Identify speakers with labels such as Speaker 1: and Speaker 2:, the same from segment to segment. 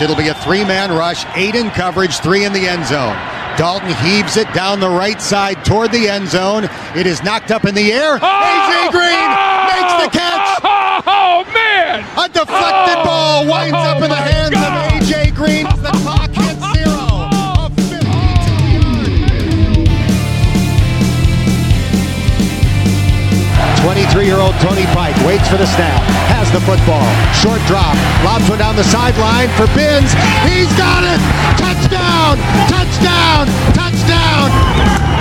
Speaker 1: It'll be a three man rush, eight in coverage, three in the end zone. Dalton heaves it down the right side toward the end zone. It is knocked up in the air. AJ Green makes the catch.
Speaker 2: Oh, oh, oh, man!
Speaker 1: A deflected
Speaker 2: Oh!
Speaker 1: ball winds up in the
Speaker 2: Oh, my
Speaker 1: hands of
Speaker 2: God!
Speaker 1: AJ Green. The clock hits zero. A 23-year-old Tony Pike waits for the snap, has the football, short drop, lobs one down the sideline for Bins. He's got it! Touchdown! Touchdown! Touchdown!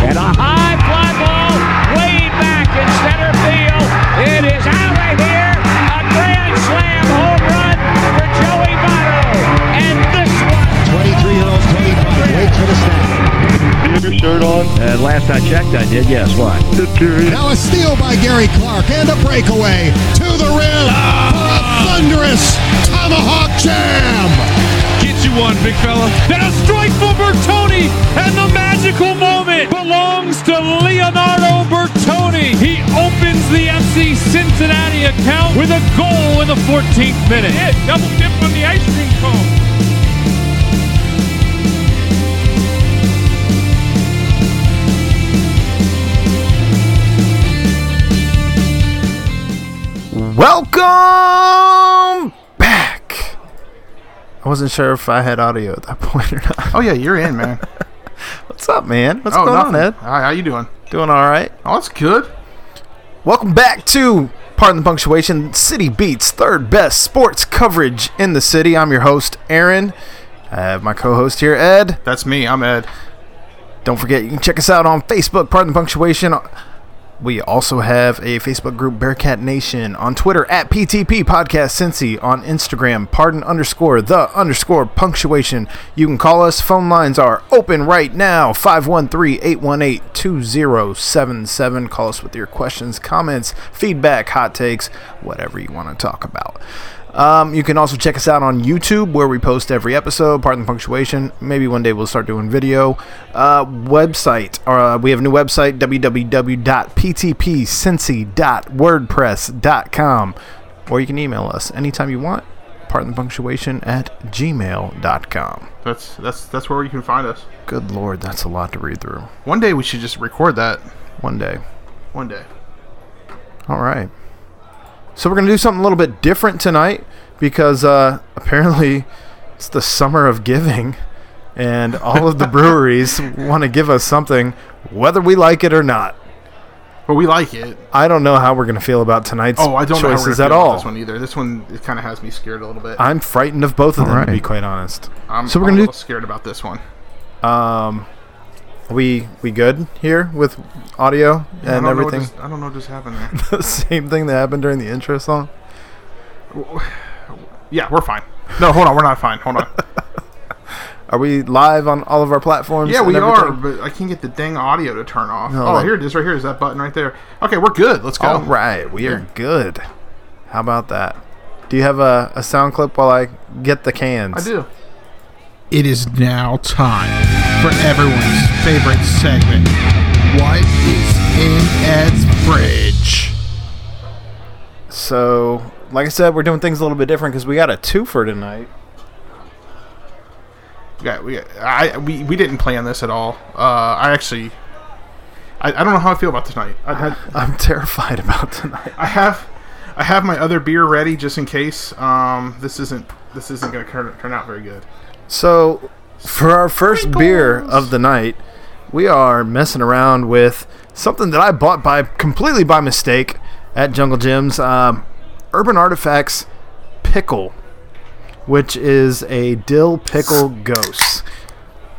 Speaker 2: And a high fly ball way back in center field. It is out of here. A grand slam home run for Joey Votto. And this one.
Speaker 1: 23-year-old Tony Pike waits for the snap.
Speaker 3: your shirt on?
Speaker 4: Uh, last I checked, I did. Yes. Why?
Speaker 3: Just curious.
Speaker 1: Now a steal by Gary Clark and a breakaway to the rim for a thunderous tomahawk jam.
Speaker 5: Get you one, big fella. And a strike for Bertoni. And the magical moment belongs to Leonardo Bertoni. He opens the FC Cincinnati account with a goal in the 14th minute. double dip on the ice cream cone.
Speaker 6: Welcome back. I wasn't sure if I had audio at that point or not.
Speaker 7: Oh yeah, you're in, man.
Speaker 6: What's up, man? What's
Speaker 7: oh,
Speaker 6: going
Speaker 7: nothing.
Speaker 6: on, Ed?
Speaker 7: Hi, how you doing?
Speaker 6: Doing all right.
Speaker 7: Oh, that's good.
Speaker 6: Welcome back to Pardon the Punctuation, City Beats, third best sports coverage in the city. I'm your host, Aaron. I have my co-host here, Ed.
Speaker 7: That's me. I'm Ed.
Speaker 6: Don't forget, you can check us out on Facebook, Pardon the Punctuation. We also have a Facebook group, Bearcat Nation, on Twitter at PTP Podcast Cincy, on Instagram, Pardon underscore the underscore punctuation. You can call us. Phone lines are open right now 513 818 2077. Call us with your questions, comments, feedback, hot takes, whatever you want to talk about. Um, you can also check us out on YouTube, where we post every episode, pardon the punctuation. Maybe one day we'll start doing video. Uh, website, uh, we have a new website, www.ptpcincy.wordpress.com, or you can email us anytime you want, pardon the punctuation at gmail.com.
Speaker 7: That's that's that's where you can find us.
Speaker 6: Good lord, that's a lot to read through.
Speaker 7: One day we should just record that.
Speaker 6: One day.
Speaker 7: One day.
Speaker 6: All right. So we're gonna do something a little bit different tonight because uh, apparently it's the summer of giving, and all of the breweries want to give us something, whether we like it or not.
Speaker 7: But we like it.
Speaker 6: I don't know how we're gonna feel about tonight's
Speaker 7: Oh, I don't know how we're
Speaker 6: choices
Speaker 7: gonna
Speaker 6: at
Speaker 7: feel about
Speaker 6: all.
Speaker 7: This one either. This one it kind of has me scared a little bit.
Speaker 6: I'm frightened of both of them, to be quite honest.
Speaker 7: I'm,
Speaker 6: so we're
Speaker 7: I'm a
Speaker 6: gonna do.
Speaker 7: little scared about this one.
Speaker 6: We we good here with audio
Speaker 7: I don't
Speaker 6: and
Speaker 7: know what
Speaker 6: everything?
Speaker 7: just- I don't know what just happened there.
Speaker 6: The same thing that happened during the intro song.
Speaker 7: yeah, we're fine. No, hold on. We're not fine. Hold on.
Speaker 6: Are we live on all of our platforms?
Speaker 7: yeah,
Speaker 6: and
Speaker 7: we are,
Speaker 6: everything?
Speaker 7: but I can't get the dang audio to turn off.
Speaker 6: No,
Speaker 7: oh,
Speaker 6: that-
Speaker 7: here it is. Right here is that button right there. Okay, we're good. Let's go.
Speaker 6: All right, we are
Speaker 7: Yeah.
Speaker 6: good. How about that? Do you have a, a sound clip while I get the cans?
Speaker 7: I do.
Speaker 8: It is now time for everyone's favorite segment. What is in Ed's fridge?
Speaker 6: So, like I said, we're doing things a little bit different because we got a twofer tonight.
Speaker 7: Yeah, we I we, we didn't plan this at all. Uh, I actually, I, I don't know how I feel about tonight. I, I,
Speaker 6: I'm terrified about tonight.
Speaker 7: I have I have my other beer ready just in case. Um, this isn't this isn't gonna turn, turn out very good.
Speaker 6: So, for our first beer of the night, we are messing around with something that I bought by completely by mistake at Jungle Gyms um, Urban Artifacts Pickle, which is a dill pickle ghost.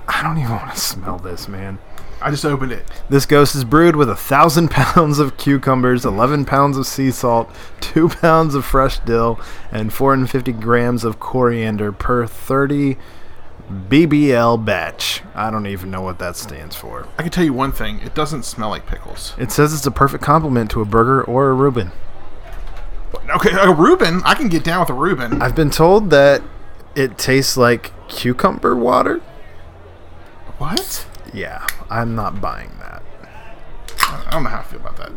Speaker 6: I don't even want to smell this, man.
Speaker 7: I just opened it.
Speaker 6: This ghost is brewed with a thousand pounds of cucumbers, eleven pounds of sea salt, two pounds of fresh dill, and 450 grams of coriander per 30 BBL batch. I don't even know what that stands for.
Speaker 7: I can tell you one thing. It doesn't smell like pickles.
Speaker 6: It says it's a perfect complement to a burger or a Reuben.
Speaker 7: Okay, a Reuben. I can get down with a Reuben.
Speaker 6: I've been told that it tastes like cucumber water.
Speaker 7: What?
Speaker 6: Yeah, I'm not buying that.
Speaker 7: I don't know how I feel about that.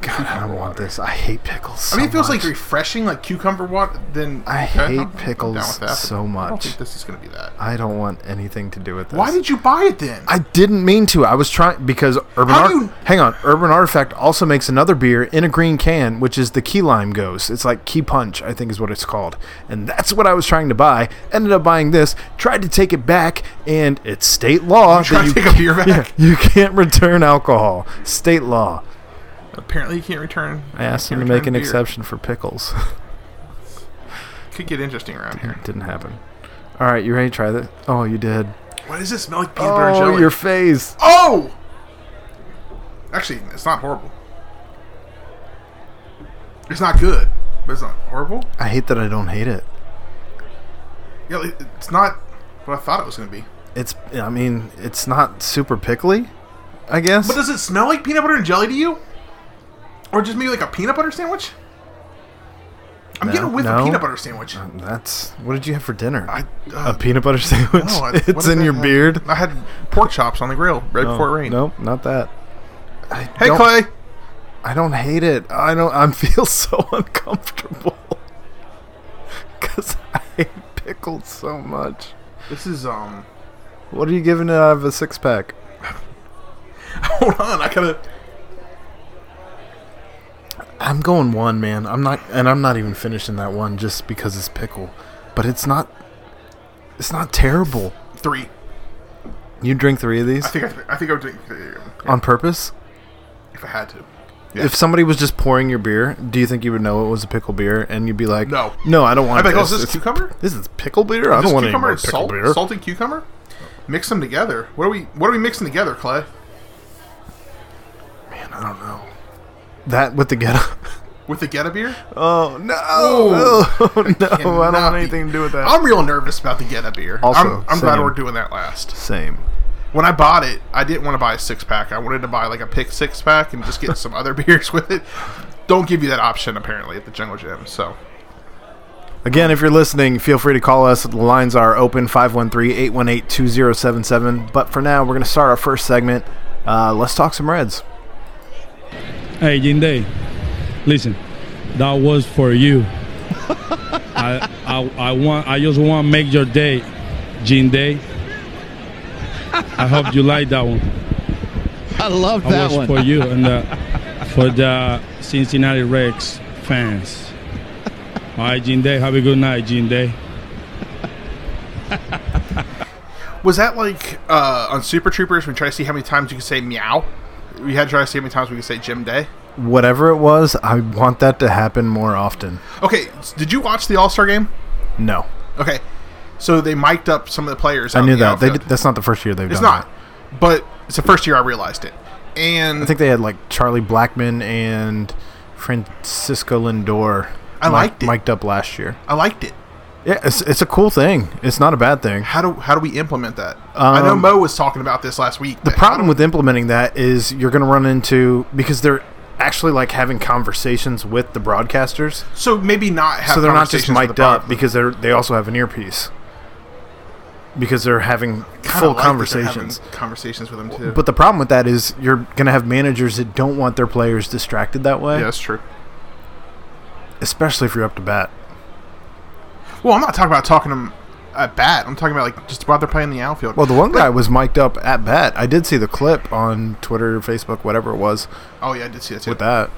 Speaker 6: God, I don't want this. I hate pickles.
Speaker 7: I
Speaker 6: So
Speaker 7: mean, it feels
Speaker 6: much.
Speaker 7: like refreshing, like cucumber water. Then
Speaker 6: I
Speaker 7: okay, I'm-
Speaker 6: hate
Speaker 7: I'm down
Speaker 6: pickles
Speaker 7: with that,
Speaker 6: so
Speaker 7: but I don't
Speaker 6: much.
Speaker 7: think this is gonna be that.
Speaker 6: I don't want anything to do with this.
Speaker 7: Why did you buy it then?
Speaker 6: I didn't mean to. I was trying because Urban
Speaker 7: How
Speaker 6: Art.
Speaker 7: do you-
Speaker 6: Hang on, Urban Artifact also makes another beer in a green can, which is the Key Lime Ghost. It's like Key Punch, I think is what it's called, and that's what I was trying to buy. Ended up buying this. Tried to take it back, and it's state law
Speaker 7: tried to take a
Speaker 6: can't-
Speaker 7: beer back?
Speaker 6: Yeah, you can't return alcohol. State law.
Speaker 7: Apparently, you can't return.
Speaker 6: I asked
Speaker 7: you
Speaker 6: them to
Speaker 7: can't
Speaker 6: make an
Speaker 7: return beer.
Speaker 6: exception for pickles.
Speaker 7: Could get interesting around here.
Speaker 6: Didn't happen. All right, you ready to try this? Oh, you did.
Speaker 7: Why does this smell like peanut butter and
Speaker 6: Oh,
Speaker 7: jelly?
Speaker 6: your face.
Speaker 7: oh, actually, it's not horrible. It's not good, but it's not horrible.
Speaker 6: I hate that I don't hate it.
Speaker 7: Yeah, like, it's not what I thought it was gonna be.
Speaker 6: It's. I mean, it's not super pickly. I guess.
Speaker 7: But does it smell like peanut butter and jelly to you? Or just maybe like a peanut butter sandwich? I'm
Speaker 6: No,
Speaker 7: getting with
Speaker 6: no.
Speaker 7: a peanut butter sandwich.
Speaker 6: Um, That's what did you have for dinner?
Speaker 7: I,
Speaker 6: a
Speaker 7: uh,
Speaker 6: peanut butter sandwich.
Speaker 7: no, I- what
Speaker 6: it's
Speaker 7: did
Speaker 6: in
Speaker 7: I
Speaker 6: your
Speaker 7: have?
Speaker 6: beard.
Speaker 7: I had pork chops on the grill right before it rained.
Speaker 6: Nope, not that. I
Speaker 7: Hey,
Speaker 6: don't-
Speaker 7: Clay.
Speaker 6: I don't hate it. I don't. I feel so uncomfortable because I hate pickles so much.
Speaker 7: This is um.
Speaker 6: What are you giving it out of a six pack?
Speaker 7: Hold on, I gotta.
Speaker 6: I'm going one, man. I'm not, and I'm not even finishing that one just because it's pickle. But it's not. It's not terrible.
Speaker 7: Three.
Speaker 6: You drink three of these
Speaker 7: I think I, I think I would drink three
Speaker 6: on purpose.
Speaker 7: if I had to.
Speaker 6: If somebody was just pouring your beer, do you think you would know it was a pickle beer? And you'd be like,
Speaker 7: No.
Speaker 6: no, I don't want.
Speaker 7: I'd be like, oh, is
Speaker 6: this.
Speaker 7: this
Speaker 6: It's-
Speaker 7: cucumber?
Speaker 6: This is pickle beer. I
Speaker 7: Is this
Speaker 6: don't want any
Speaker 7: cucumber
Speaker 6: more
Speaker 7: and
Speaker 6: pickle
Speaker 7: salt,
Speaker 6: beer.
Speaker 7: salted cucumber. Mix them together. What are we? What are we mixing together, Clay?
Speaker 6: Man, I don't know. That with the ghetto.
Speaker 7: With the Geta beer?
Speaker 6: Oh no!
Speaker 7: Oh.
Speaker 6: Oh, no! I don't
Speaker 7: Cannot
Speaker 6: want
Speaker 7: be-
Speaker 6: anything to do with that.
Speaker 7: I'm real nervous about the Geta beer.
Speaker 6: Also,
Speaker 7: I'm, I'm glad
Speaker 6: same.
Speaker 7: we're doing that last.
Speaker 6: Same.
Speaker 7: when I bought it, I didn't want to buy a six pack. I wanted to buy like a pick six pack and just get some other beers with it. Don't give you that option apparently at the Jungle Gym. So
Speaker 6: Again, if you're listening, feel free to call us. The lines are open 513 818 2077. But for now, we're going to start our first segment. Uh, let's talk some Reds.
Speaker 9: Hey, Jinde, listen, that was for you. I, I, I want, I just want to make your day, Jinde. I hope you like that one.
Speaker 2: I love
Speaker 9: That, was for you and uh, for the Cincinnati Rex fans. All right, Jinde, have a good night, Jinde.
Speaker 7: was that like uh, on Super Troopers? We try to see how many times you can say meow. We had to try to see how many times we could say Jim Day.
Speaker 6: Whatever it was, I want that to happen more often.
Speaker 7: Okay, s- did you watch the All Star game?
Speaker 6: No.
Speaker 7: Okay, so they mic'd up some of the players.
Speaker 6: I
Speaker 7: out
Speaker 6: knew
Speaker 7: in the
Speaker 6: that. They,
Speaker 7: outfield.
Speaker 6: did- that's not the first year they've
Speaker 7: it's
Speaker 6: done
Speaker 7: not,
Speaker 6: that.
Speaker 7: but it's the first year I realized it. And
Speaker 6: I think they had like Charlie Blackman and Francisco Lindor.
Speaker 7: I liked it.
Speaker 6: Mic'd up last year.
Speaker 7: I liked it.
Speaker 6: Yeah, it's, it's a cool thing. It's not a bad thing.
Speaker 7: How do how do we implement that? I know
Speaker 6: Um,
Speaker 7: Mo was talking about this last week.
Speaker 6: The
Speaker 7: but how do
Speaker 6: problem with implementing that is you're going to run into because they're actually like having conversations with the broadcasters,
Speaker 7: So maybe not. Have
Speaker 6: so they're not just
Speaker 7: conversations with
Speaker 6: mic'd
Speaker 7: the
Speaker 6: up
Speaker 7: product.
Speaker 6: because they're they also have an earpiece because they're having
Speaker 7: Kinda
Speaker 6: full
Speaker 7: like that they're
Speaker 6: conversations.
Speaker 7: having Conversations with them too.
Speaker 6: But the problem with that is you're going to have managers that don't want their players distracted that way,
Speaker 7: yeah, that's true.
Speaker 6: especially if you're up to bat.
Speaker 7: Well, I'm not talking about talking to them at bat. I'm talking about like just while they're playing in the outfield.
Speaker 6: Well, the one guy was mic'd up at bat. I did see the clip on Twitter, Facebook, whatever it was
Speaker 7: oh yeah, I did see that too.
Speaker 6: with that.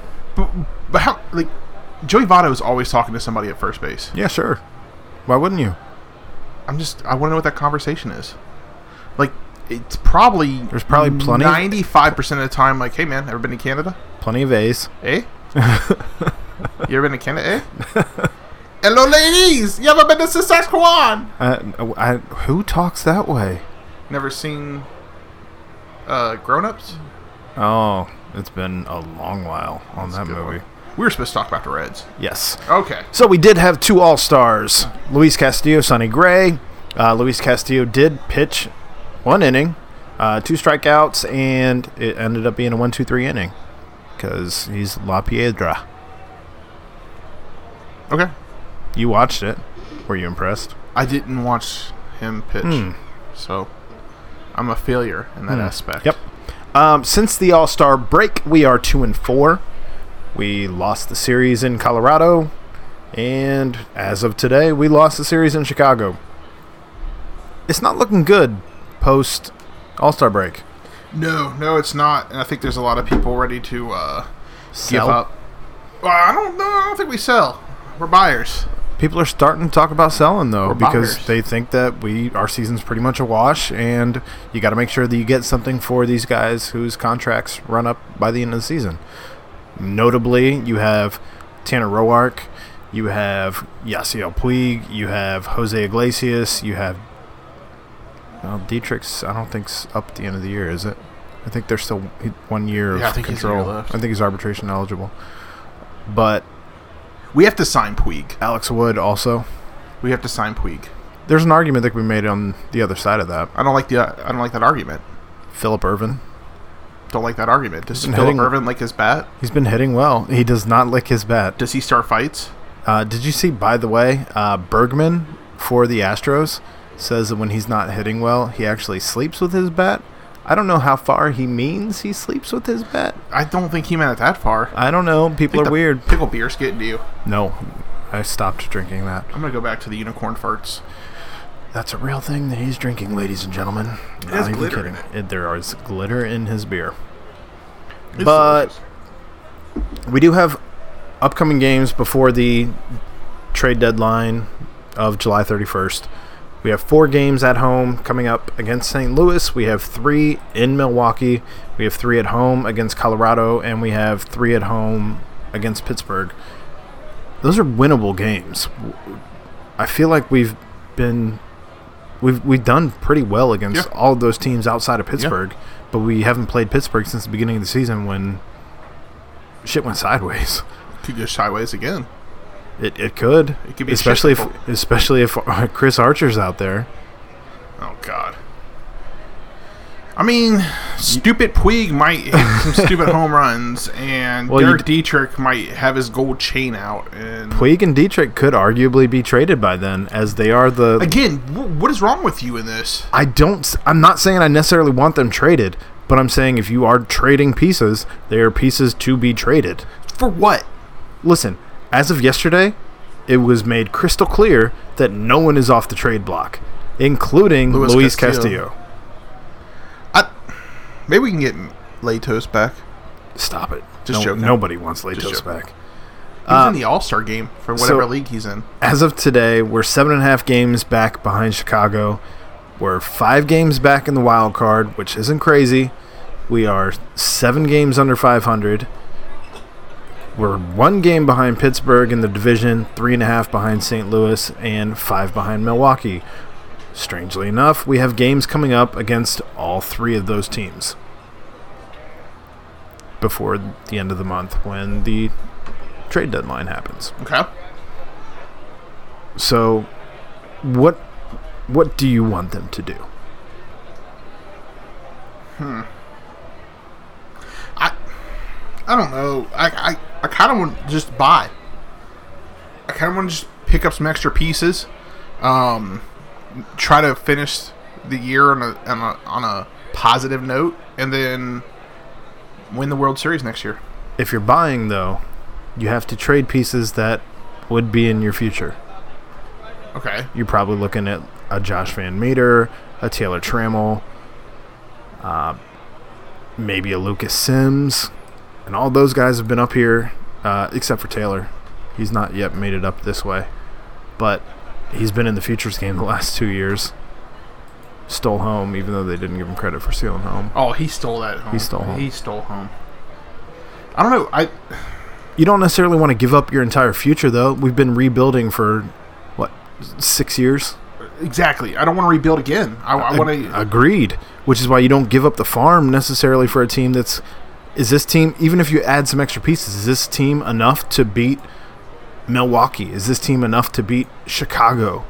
Speaker 7: But how like Joey Votto is always talking to somebody at first base.
Speaker 6: Yeah, sure. Why wouldn't you?
Speaker 7: I'm just I want to know what that conversation is. Like it's probably
Speaker 6: There's probably plenty-
Speaker 7: ninety five percent of the time like hey man ever been to Canada
Speaker 6: Plenty of A's.
Speaker 7: eh you ever been to Canada eh hello ladies you ever been to Saskatchewan
Speaker 6: Uh, I, who talks that way?
Speaker 7: never seen uh grown ups
Speaker 6: Oh, it's been a long while on that
Speaker 7: good
Speaker 6: movie.
Speaker 7: We were supposed to talk about the Reds.
Speaker 6: Yes.
Speaker 7: Okay.
Speaker 6: So we did have two All Stars Luis Castillo, Sonny Gray. Uh, Luis Castillo did pitch one inning, uh, two strikeouts, and it ended up being a 1 2 3 inning because he's La Piedra.
Speaker 7: Okay.
Speaker 6: You watched it. Were you impressed?
Speaker 7: I didn't watch him pitch,
Speaker 6: Hmm.
Speaker 7: so I'm a failure in that aspect.
Speaker 6: Yep. Um, since the All Star break, we are 2 and 4. We lost the series in Colorado, and as of today, we lost the series in Chicago. It's not looking good post All Star break.
Speaker 7: No, no, it's not. And I think there's a lot of people ready to uh,
Speaker 6: Sell.
Speaker 7: give up. Well, I don't know. I don't think we sell. We're buyers.
Speaker 6: People are starting to talk about selling though
Speaker 7: We're
Speaker 6: because
Speaker 7: buyers.
Speaker 6: they think that we our season's pretty much a wash, and you got to make sure that you get something for these guys whose contracts run up by the end of the season. Notably, you have Tanner Roark, you have Yasiel Puig, you have Jose Iglesias, you have well, Dietrich's. I don't think's up at the end of the year, is it? I think there's still one year
Speaker 7: Yeah, I
Speaker 6: of
Speaker 7: think he's a year
Speaker 6: control.
Speaker 7: left.
Speaker 6: I think he's arbitration eligible, but
Speaker 7: We have to sign Puig.
Speaker 6: Alex Wood also.
Speaker 7: We have to sign Puig.
Speaker 6: There's an argument that can be made on the other side of that.
Speaker 7: I don't like the. uh, I don't like that argument.
Speaker 6: Philip Irvin.
Speaker 7: Don't like that argument. Does
Speaker 6: Been
Speaker 7: Philip
Speaker 6: hitting-
Speaker 7: Irvin like his bat?
Speaker 6: He's been hitting well. He does not lick his bat.
Speaker 7: Does he start fights?
Speaker 6: Uh, did you see, by the way, uh, Bergman for the Astros says that when he's not hitting well, he actually sleeps with his bat. I don't know how far he means he sleeps with his bat.
Speaker 7: I don't think he meant it that far.
Speaker 6: I don't know. People are
Speaker 7: The
Speaker 6: weird.
Speaker 7: Pickle beer's getting to you.
Speaker 6: No, I stopped drinking that.
Speaker 7: I'm gonna go back to the unicorn farts.
Speaker 6: That's a real thing that he's drinking, ladies and gentlemen. It
Speaker 7: has glitter in it.
Speaker 6: There is glitter in his beer.
Speaker 7: It's
Speaker 6: But-
Speaker 7: delicious.
Speaker 6: We do have upcoming games before the trade deadline of July 31st. We have four games at home coming up against St. Louis. We have three in Milwaukee. We have three at home against Colorado, and we have three at home against Pittsburgh. Those are winnable games. I feel like we've been we've we've done pretty well against
Speaker 7: Yeah.
Speaker 6: all of those teams outside of Pittsburgh, but we haven't played Pittsburgh since the beginning of the season when shit went sideways.
Speaker 7: could go sideways again.
Speaker 6: It, it could.
Speaker 7: It could be a
Speaker 6: especially if
Speaker 7: shitful.
Speaker 6: especially if Chris Archer's out there.
Speaker 7: Oh God. I mean, stupid Puig might hit some stupid home runs, and
Speaker 6: Well, you
Speaker 7: Derek Dietrich might have his gold chain out. And
Speaker 6: Puig and Dietrich could arguably be traded by then, as they are the.
Speaker 7: again, wh- what is wrong with you in this?
Speaker 6: I don't. s- I'm not saying I necessarily want them traded, but I'm saying if you are trading pieces, they are pieces to be traded.
Speaker 7: For what?
Speaker 6: Listen, as of yesterday, it was made crystal clear that no one is off the trade block, including
Speaker 7: Luis
Speaker 6: Luis,
Speaker 7: Castillo.
Speaker 6: Castillo.
Speaker 7: I, maybe we can get Latos back.
Speaker 6: Stop it.
Speaker 7: Just
Speaker 6: no,
Speaker 7: joking.
Speaker 6: Nobody wants Latos
Speaker 7: joking.
Speaker 6: back.
Speaker 7: He was in the All Star game for whatever
Speaker 6: Uh, so-
Speaker 7: league he's in.
Speaker 6: as of today, we're seven and a half games back behind Chicago. We're five games back in the wild card, which isn't crazy. We are seven games under 500. We're one game behind Pittsburgh in the division, three and a half behind St. Louis, and five behind Milwaukee. Strangely enough, we have games coming up against all three of those teams before the end of the month when the trade deadline happens.
Speaker 7: Okay.
Speaker 6: So, what what do you want them to do?
Speaker 7: I don't know. I I, I kind of want to just buy. I kind of want to just pick up some extra pieces. Um, try to finish the year on a, on a on a positive note, and then win the World Series next year.
Speaker 6: If you're buying though, you have to trade pieces that would be in your future.
Speaker 7: Okay.
Speaker 6: You're probably looking at a Josh Van Meter, a Taylor Trammell, uh, maybe a Lucas Sims, and all those guys have been up here, uh, except for Taylor. He's not yet made it up this way, but he's been in the futures game the last two years. Stole home, even though they didn't give him credit for stealing home.
Speaker 7: Oh, he stole that. Home.
Speaker 6: He stole home.
Speaker 7: He stole home. I don't know. I
Speaker 6: you don't necessarily want to give up your entire future though we've been rebuilding for what six years
Speaker 7: exactly. I don't want to rebuild again. I, I want
Speaker 6: Uh,
Speaker 7: to.
Speaker 6: agreed which is why you don't give up the farm necessarily for a team that's is this team even if you add some extra pieces is this team enough to beat milwaukee is this team enough to beat chicago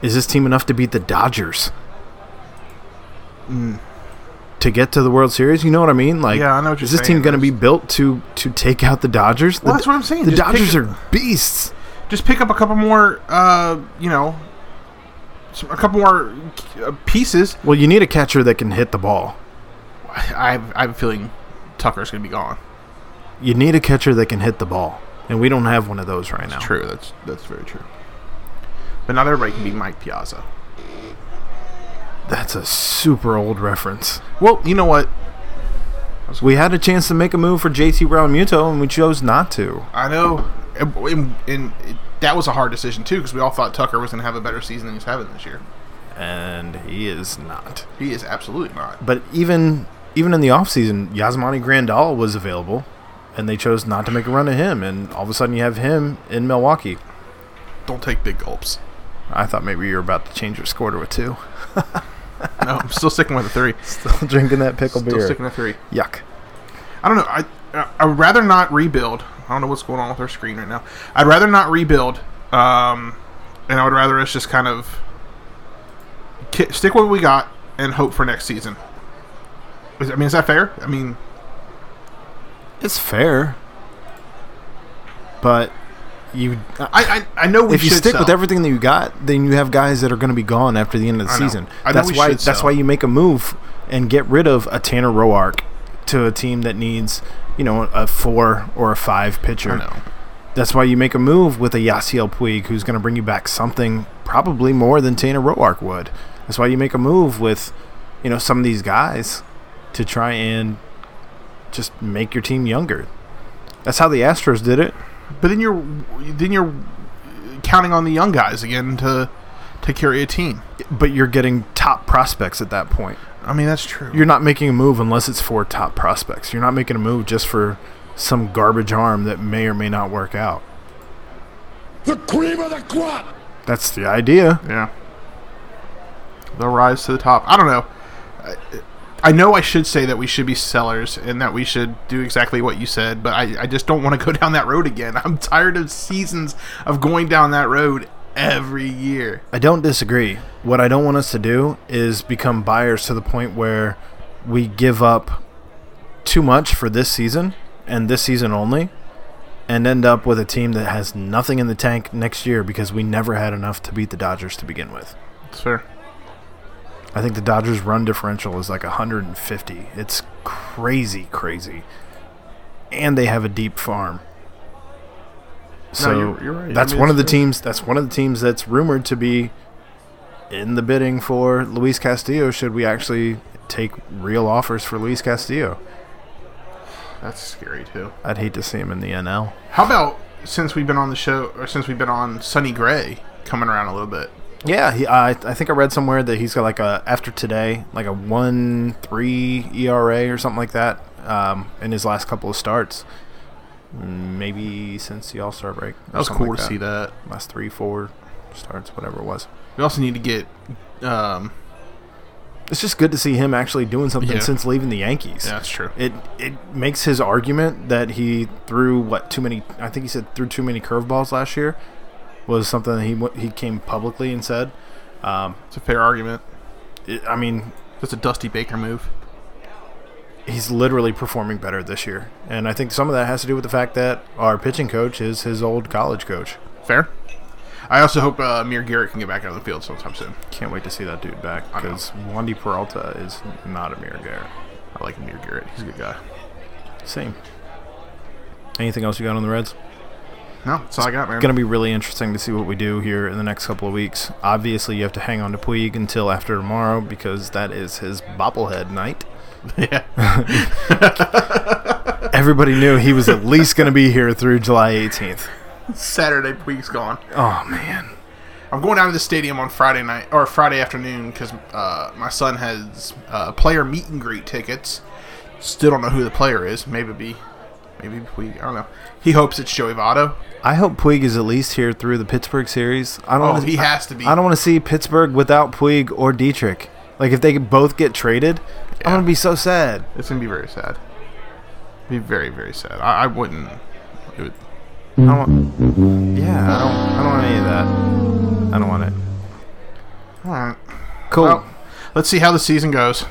Speaker 6: is this team enough to beat the dodgers to get to the world series you know what i mean like
Speaker 7: Mm. Yeah, I know what you're
Speaker 6: is this
Speaker 7: saying.
Speaker 6: team going to be built to to take out the dodgers
Speaker 7: Well,
Speaker 6: The-
Speaker 7: that's what I'm saying.
Speaker 6: the
Speaker 7: Just pick
Speaker 6: dodgers
Speaker 7: a-
Speaker 6: are beasts
Speaker 7: just pick up a couple more. Uh, you know, some, a couple more uh, pieces.
Speaker 6: Well, you need a catcher that can hit the ball.
Speaker 7: I have, I have a feeling Tucker's going to be gone.
Speaker 6: You need a catcher that can hit the ball, and we don't have one of those right now.
Speaker 7: True. That's that's very true. But not everybody can be Mike Piazza.
Speaker 6: That's a super old reference.
Speaker 7: Well, you know what?
Speaker 6: We had a chance to make a move for JT Brown Muto, and we chose not to.
Speaker 7: I know, and, and, and it, that was a hard decision too because we all thought Tucker was going to have a better season than he's having this year.
Speaker 6: And he is not.
Speaker 7: He is absolutely not.
Speaker 6: But even even in the offseason, Yasmani Grandal was available, and they chose not to make a run at him. And all of a sudden, you have him in Milwaukee.
Speaker 7: Don't take big gulps.
Speaker 6: I thought maybe you were about to change your score to a two.
Speaker 7: No, I'm still sticking with the three.
Speaker 6: Still drinking that pickle
Speaker 7: Still
Speaker 6: beer.
Speaker 7: sticking with three.
Speaker 6: Yuck.
Speaker 7: I don't know. I I- I would rather not rebuild. I don't know what's going on with our screen right now. I'd rather not rebuild, um, and I would rather us just kind of ki- stick with what we got and hope for next season. Is, I mean, is that fair? I mean,
Speaker 6: It's fair, but you
Speaker 7: I I, I know we
Speaker 6: if you
Speaker 7: should
Speaker 6: stick with
Speaker 7: sell.
Speaker 6: everything that you got, then you have guys that are going to be gone after the end of the
Speaker 7: I know.
Speaker 6: season.
Speaker 7: I know
Speaker 6: that's
Speaker 7: we
Speaker 6: why.
Speaker 7: should
Speaker 6: That's
Speaker 7: sell.
Speaker 6: why you make a move and get rid of a Tanner Roark to a team that needs, you know, a four or a five pitcher.
Speaker 7: I know.
Speaker 6: That's why you make a move with a Yasiel Puig, who's going to bring you back something probably more than Tanner Roark would. That's why you make a move with, you know, some of these guys to try and just make your team younger. That's how the Astros did it.
Speaker 7: But then you're then you're counting on the young guys again to to carry a team.
Speaker 6: But you're getting top prospects at that point.
Speaker 7: I mean, that's true.
Speaker 6: You're not making a move unless it's for top prospects. You're not making a move just for some garbage arm that may or may not work out.
Speaker 1: The cream of the crop.
Speaker 6: That's the idea.
Speaker 7: Yeah. They'll rise to the top. I don't know. I, I know I should say that we should be sellers and that we should do exactly what you said, but I, I just don't want to go down that road again. I'm tired of seasons of going down that road every year.
Speaker 6: I don't disagree. What I don't want us to do is become buyers to the point where we give up too much for this season and this season only and end up with a team that has nothing in the tank next year because we never had enough to beat the Dodgers to begin with.
Speaker 7: It's fair.
Speaker 6: I think the Dodgers run differential is like 150. It's crazy, crazy. And they have a deep farm. So
Speaker 7: you're- you're right. I
Speaker 6: that's
Speaker 7: mean,
Speaker 6: one
Speaker 7: it's
Speaker 6: of the
Speaker 7: true.
Speaker 6: teams that's one of the teams that's rumored to be in the bidding for Luis Castillo should we actually take real offers for Luis Castillo.
Speaker 7: That's scary, too.
Speaker 6: I'd hate to see him in the NL.
Speaker 7: How about since we've been on the show, or since we've been on Sunny Gray coming around a little bit?
Speaker 6: Yeah, he, I, I think I read somewhere that he's got like a after today, like a one three ERA or something like that um, in his last couple of starts. Maybe since the All Star break. or
Speaker 7: That was
Speaker 6: something
Speaker 7: cool
Speaker 6: like
Speaker 7: to see that.
Speaker 6: Last three, four starts, whatever it was.
Speaker 7: We also need to get. Um,
Speaker 6: It's just good to see him actually doing something
Speaker 7: Yeah.
Speaker 6: since leaving the Yankees.
Speaker 7: yeah, that's true.
Speaker 6: It it makes his argument that he threw what too many. I think he said threw too many curveballs last year was something that he w- he came publicly and said.
Speaker 7: It's a fair argument.
Speaker 6: It, I mean,
Speaker 7: It's a Dusty Baker move.
Speaker 6: he's literally performing better this year. And I think some of that has to do with the fact that our pitching coach is his old college coach.
Speaker 7: Fair. I also hope uh, Amir Garrett can get back out of the field sometime soon.
Speaker 6: Can't wait to see that dude back
Speaker 7: know.
Speaker 6: because Wandy Peralta is not a mere Garrett.
Speaker 7: I like Amir Garrett. He's a good guy.
Speaker 6: Same. Anything else you got on the Reds?
Speaker 7: No, that's all I got, man.
Speaker 6: Going to be really interesting to see what we do here in the next couple of weeks. Obviously, you have to hang on to Puig until after tomorrow because that is his bobblehead night.
Speaker 7: yeah.
Speaker 6: Everybody knew he was at least going to be here through July 18th.
Speaker 7: Saturday week's gone.
Speaker 6: Oh, man.
Speaker 7: I'm going down to the stadium on Friday night or Friday afternoon because uh, my son has uh, player meet and greet tickets. Still don't know who the player is. Maybe it'd be, maybe we. I don't know. He hopes it's Joey Votto.
Speaker 6: I hope Puig is at least here through the Pittsburgh series. I don't.
Speaker 7: Oh,
Speaker 6: wanna-
Speaker 7: he has to be.
Speaker 6: I don't want to see Pittsburgh without Puig or Dietrich. Like if they could both get traded, I'm gonna be so sad.
Speaker 7: It's gonna be very sad. Be very very sad. I, I wouldn't. It would,
Speaker 6: I don't want, yeah, I don't. I don't want any of that. I don't want it.
Speaker 7: all right.
Speaker 6: Cool.
Speaker 7: Well, let's see how the season goes.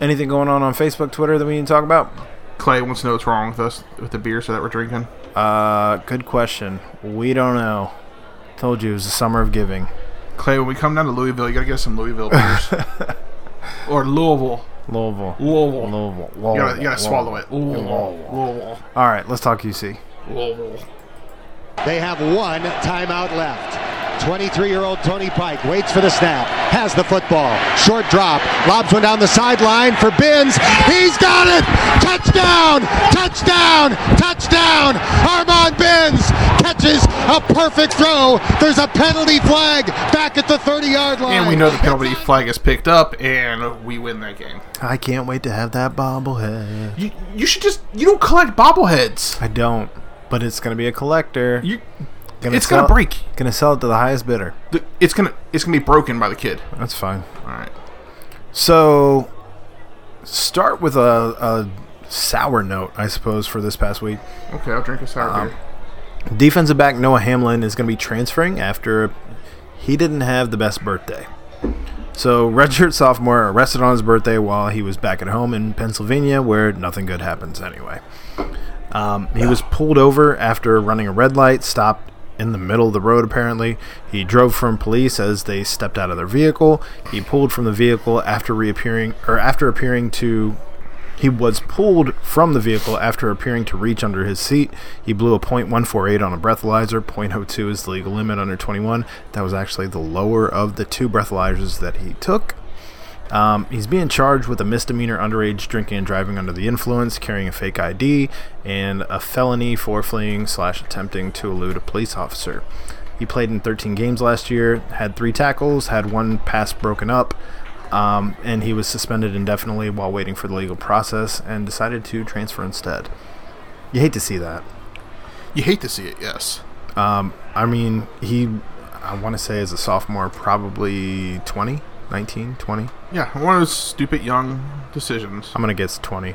Speaker 6: Anything going on on Facebook, Twitter that we need to talk about?
Speaker 7: Clay wants to know what's wrong with us with the beers that we're drinking.
Speaker 6: Uh, good question. We don't know. Told you it was the summer of giving.
Speaker 7: Clay, when we come down to Louisville, you gotta get us some Louisville beers or Louisville.
Speaker 6: Louisville.
Speaker 7: Louisville.
Speaker 6: Louisville.
Speaker 7: You gotta, you gotta swallow it.
Speaker 6: All right, let's talk UC.
Speaker 1: They have one timeout left. 23-year-old Tony Pike waits for the snap, has the football, short drop, lobs one down the sideline for Bins. He's got it! Touchdown! Touchdown! Touchdown! Armand Bins catches a perfect throw. There's a penalty flag back at the 30-yard line.
Speaker 7: And we know the penalty flag is picked up, and we win that game.
Speaker 6: I can't wait to have that bobblehead.
Speaker 7: You, you should just you don't collect bobbleheads.
Speaker 6: I don't, but it's gonna be a collector.
Speaker 7: You,
Speaker 6: Gonna
Speaker 7: it's gonna
Speaker 6: sell-
Speaker 7: break.
Speaker 6: Gonna sell it to the highest bidder.
Speaker 7: The- It's gonna it's gonna be broken by the kid.
Speaker 6: That's fine.
Speaker 7: All right.
Speaker 6: So, start with a, a sour note, I suppose, for this past week.
Speaker 7: Okay, I'll drink a sour beer.
Speaker 6: Defensive back Noah Hamlin is going to be transferring after he didn't have the best birthday. So, redshirt sophomore arrested on his birthday while he was back at home in Pennsylvania, where nothing good happens anyway. Um, he was pulled over after running a red light, stopped in the middle of the road apparently. He drove from police as they stepped out of their vehicle. He pulled from the vehicle after reappearing or after appearing to he was pulled from the vehicle after appearing to reach under his seat. He blew a .148 on a breathalyzer. .02 is the legal limit under 21. That was actually the lower of the two breathalyzers that he took. Um, he's being charged with a misdemeanor underage drinking and driving under the influence, carrying a fake ID, and a felony for fleeing slash attempting to elude a police officer. He played in 13 games last year, had three tackles, had one pass broken up, um, and he was suspended indefinitely while waiting for the legal process and decided to transfer instead. You hate to see that.
Speaker 7: You hate to see it, yes.
Speaker 6: I mean, he, I want to say as a sophomore, probably 20, 19, 20.
Speaker 7: Yeah, one of those stupid young decisions.
Speaker 6: I'm going to guess 20.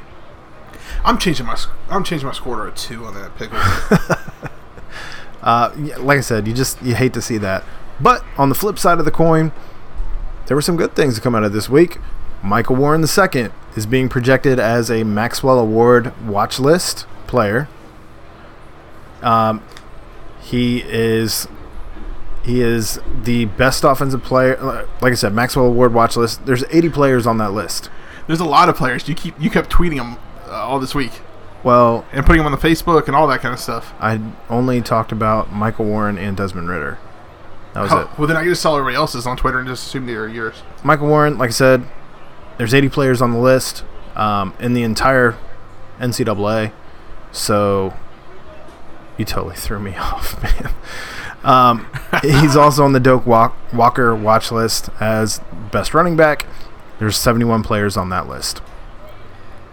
Speaker 7: I'm changing my sc- I'm changing my score to a two on that pickle.
Speaker 6: yeah, like I said, you just you hate to see that. But on the flip side of the coin, there were some good things to come out of this week. Michael Warren II is being projected as a Maxwell Award watch list player. Um, he is he is the best offensive player. uh, Like I said, Maxwell Award watch list. There's 80 players on that list.
Speaker 7: There's a lot of players. You keep you kept tweeting them uh, all this week
Speaker 6: Well,
Speaker 7: and putting them on the Facebook and all that kind of stuff.
Speaker 6: I only talked about Michael Warren and Desmond Ritter. That was it.
Speaker 7: Oh, well, then I just saw everybody else's on Twitter and just assume they are yours.
Speaker 6: Michael Warren, like I said, there's 80 players on the list um, in the entire NCAA. So you totally threw me off, man. Um, he's also on the Doak Walk- Walker watch list as best running back. There's 71 players on that list.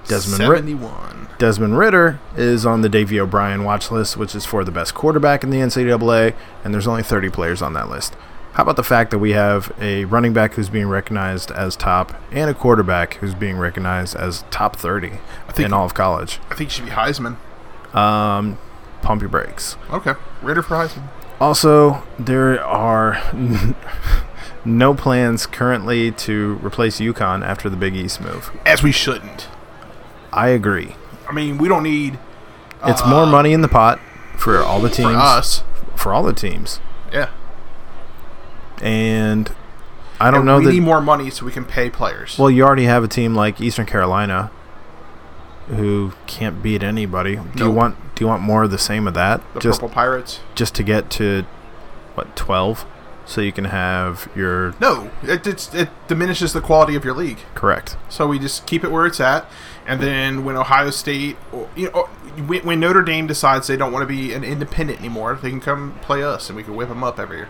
Speaker 6: Desmond Ritter.
Speaker 7: Seventy-one.
Speaker 6: Desmond Ritter is on the Davey O'Brien watch list, which is for the best quarterback in the NCAA, and there's only 30 players on that list. How about the fact that we have a running back who's being recognized as top and a quarterback who's being recognized as top 30
Speaker 7: think-
Speaker 6: in all of college?
Speaker 7: I think it should be Heisman.
Speaker 6: Pump your brakes.
Speaker 7: Okay, Ritter for Heisman.
Speaker 6: Also, there are no plans currently to replace UConn after the Big East move.
Speaker 7: As we shouldn't.
Speaker 6: I agree.
Speaker 7: I mean, we don't need
Speaker 6: It's more money in the pot for all the teams.
Speaker 7: Uh, for us.
Speaker 6: For all the teams.
Speaker 7: Yeah,
Speaker 6: and I don't
Speaker 7: And
Speaker 6: know
Speaker 7: we
Speaker 6: that.
Speaker 7: need more money so we can pay players.
Speaker 6: well, you already have a team like Eastern Carolina, who can't beat anybody. Do you
Speaker 7: Nope.
Speaker 6: want Do you want more of the same of that?
Speaker 7: the
Speaker 6: just
Speaker 7: Purple Pirates.
Speaker 6: just to get to what twelve, so you can have your
Speaker 7: No, it, it's, it diminishes the quality of your league.
Speaker 6: correct.
Speaker 7: So we just keep it where it's at, and then when Ohio State, or, you know, or when, when Notre Dame decides they don't want to be an independent anymore, they can come play us, and we can whip them up every year.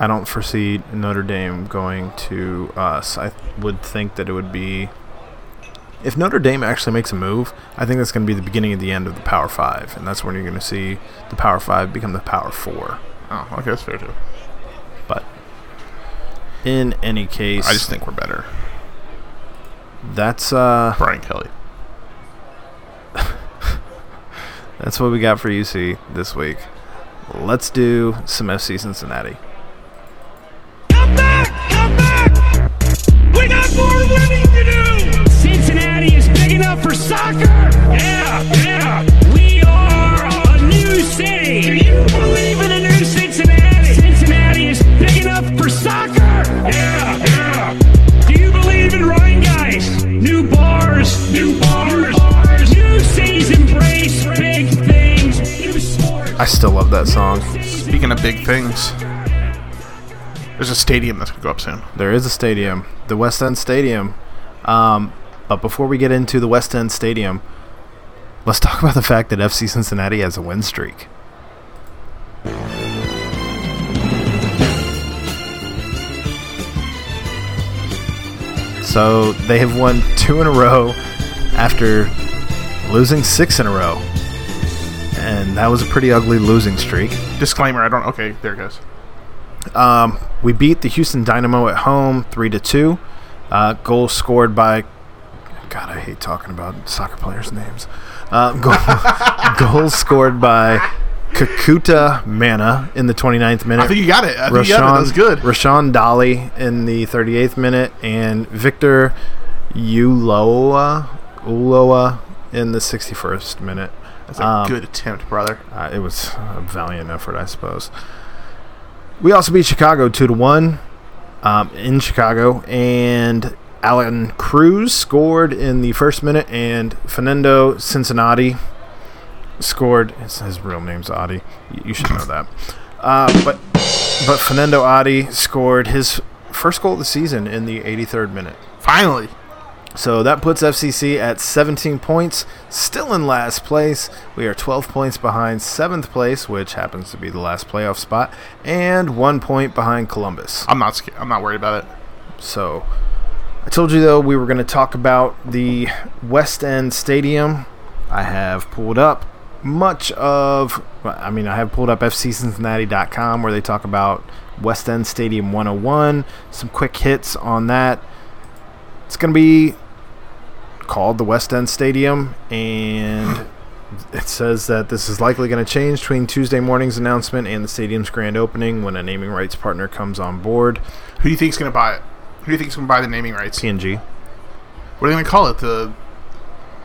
Speaker 6: I don't foresee Notre Dame going to us. I would think that it would be. If Notre Dame actually makes a move, I think that's going to be the beginning of the end of the Power Five, and that's when you're going to see the Power Five become the Power Four.
Speaker 7: Oh, okay, that's fair too.
Speaker 6: But in any case,
Speaker 7: I just think we're better.
Speaker 6: that's uh,
Speaker 7: Brian Kelly.
Speaker 6: that's what we got for UC this week. Let's do some FC Cincinnati.
Speaker 2: Come back! Come back! We got more winning to do! Cincinnati is big enough for soccer! Yeah, yeah! We are a new city! Do you believe in a new Cincinnati? Cincinnati is big enough for soccer! Yeah, yeah! Do you believe in Rheingeist? New bar?
Speaker 6: still love that song.
Speaker 7: Speaking of big things, there's a stadium that's gonna go up soon.
Speaker 6: There is a stadium, the West End Stadium. Um, but before we get into the West End Stadium, let's talk about the fact that FC Cincinnati has a win streak. So they have won two in a row after losing six in a row. And that was a pretty ugly losing streak.
Speaker 7: Disclaimer: I don't. Okay, there it goes.
Speaker 6: Um, we beat the Houston Dynamo at home three to two. Uh, goal scored by. God, I hate talking about soccer players' names. Uh, goal, goal scored by Kakuta Mana in the 29th minute.
Speaker 7: I think you got it. I think you got it. That was good.
Speaker 6: Rashawn Dolly in the 38th minute and Victor Uloa Uloa in the 61st minute.
Speaker 7: That's a
Speaker 6: Um,
Speaker 7: good attempt, brother.
Speaker 6: Uh, it was a valiant effort, I suppose. We also beat Chicago two to one um, in Chicago, and Alan Cruz scored in the first minute, and Fernando Cincinnati scored. His, his real name's Adi. You, you should know that. Uh, but but Fernando Adi scored his first goal of the season in the 83rd minute.
Speaker 7: Finally,
Speaker 6: So that puts FCC at 17 points, still in last place. We are 12 points behind 7th place, which happens to be the last playoff spot, and 1 point behind Columbus.
Speaker 7: I'm not. Scared. I'm not worried about it.
Speaker 6: So I told you though we were going to talk about the West End Stadium. I have pulled up much of well, I mean I have pulled up fccincinnati.com where they talk about West End Stadium 101, some quick hits on that. It's going to be called the West End Stadium and it says that this is likely going to change between Tuesday morning's announcement and the stadium's grand opening when a naming rights partner comes on board.
Speaker 7: Who do you think's gonna buy it? Who do you think's gonna buy the naming rights?
Speaker 6: PNG.
Speaker 7: What are they gonna call it? The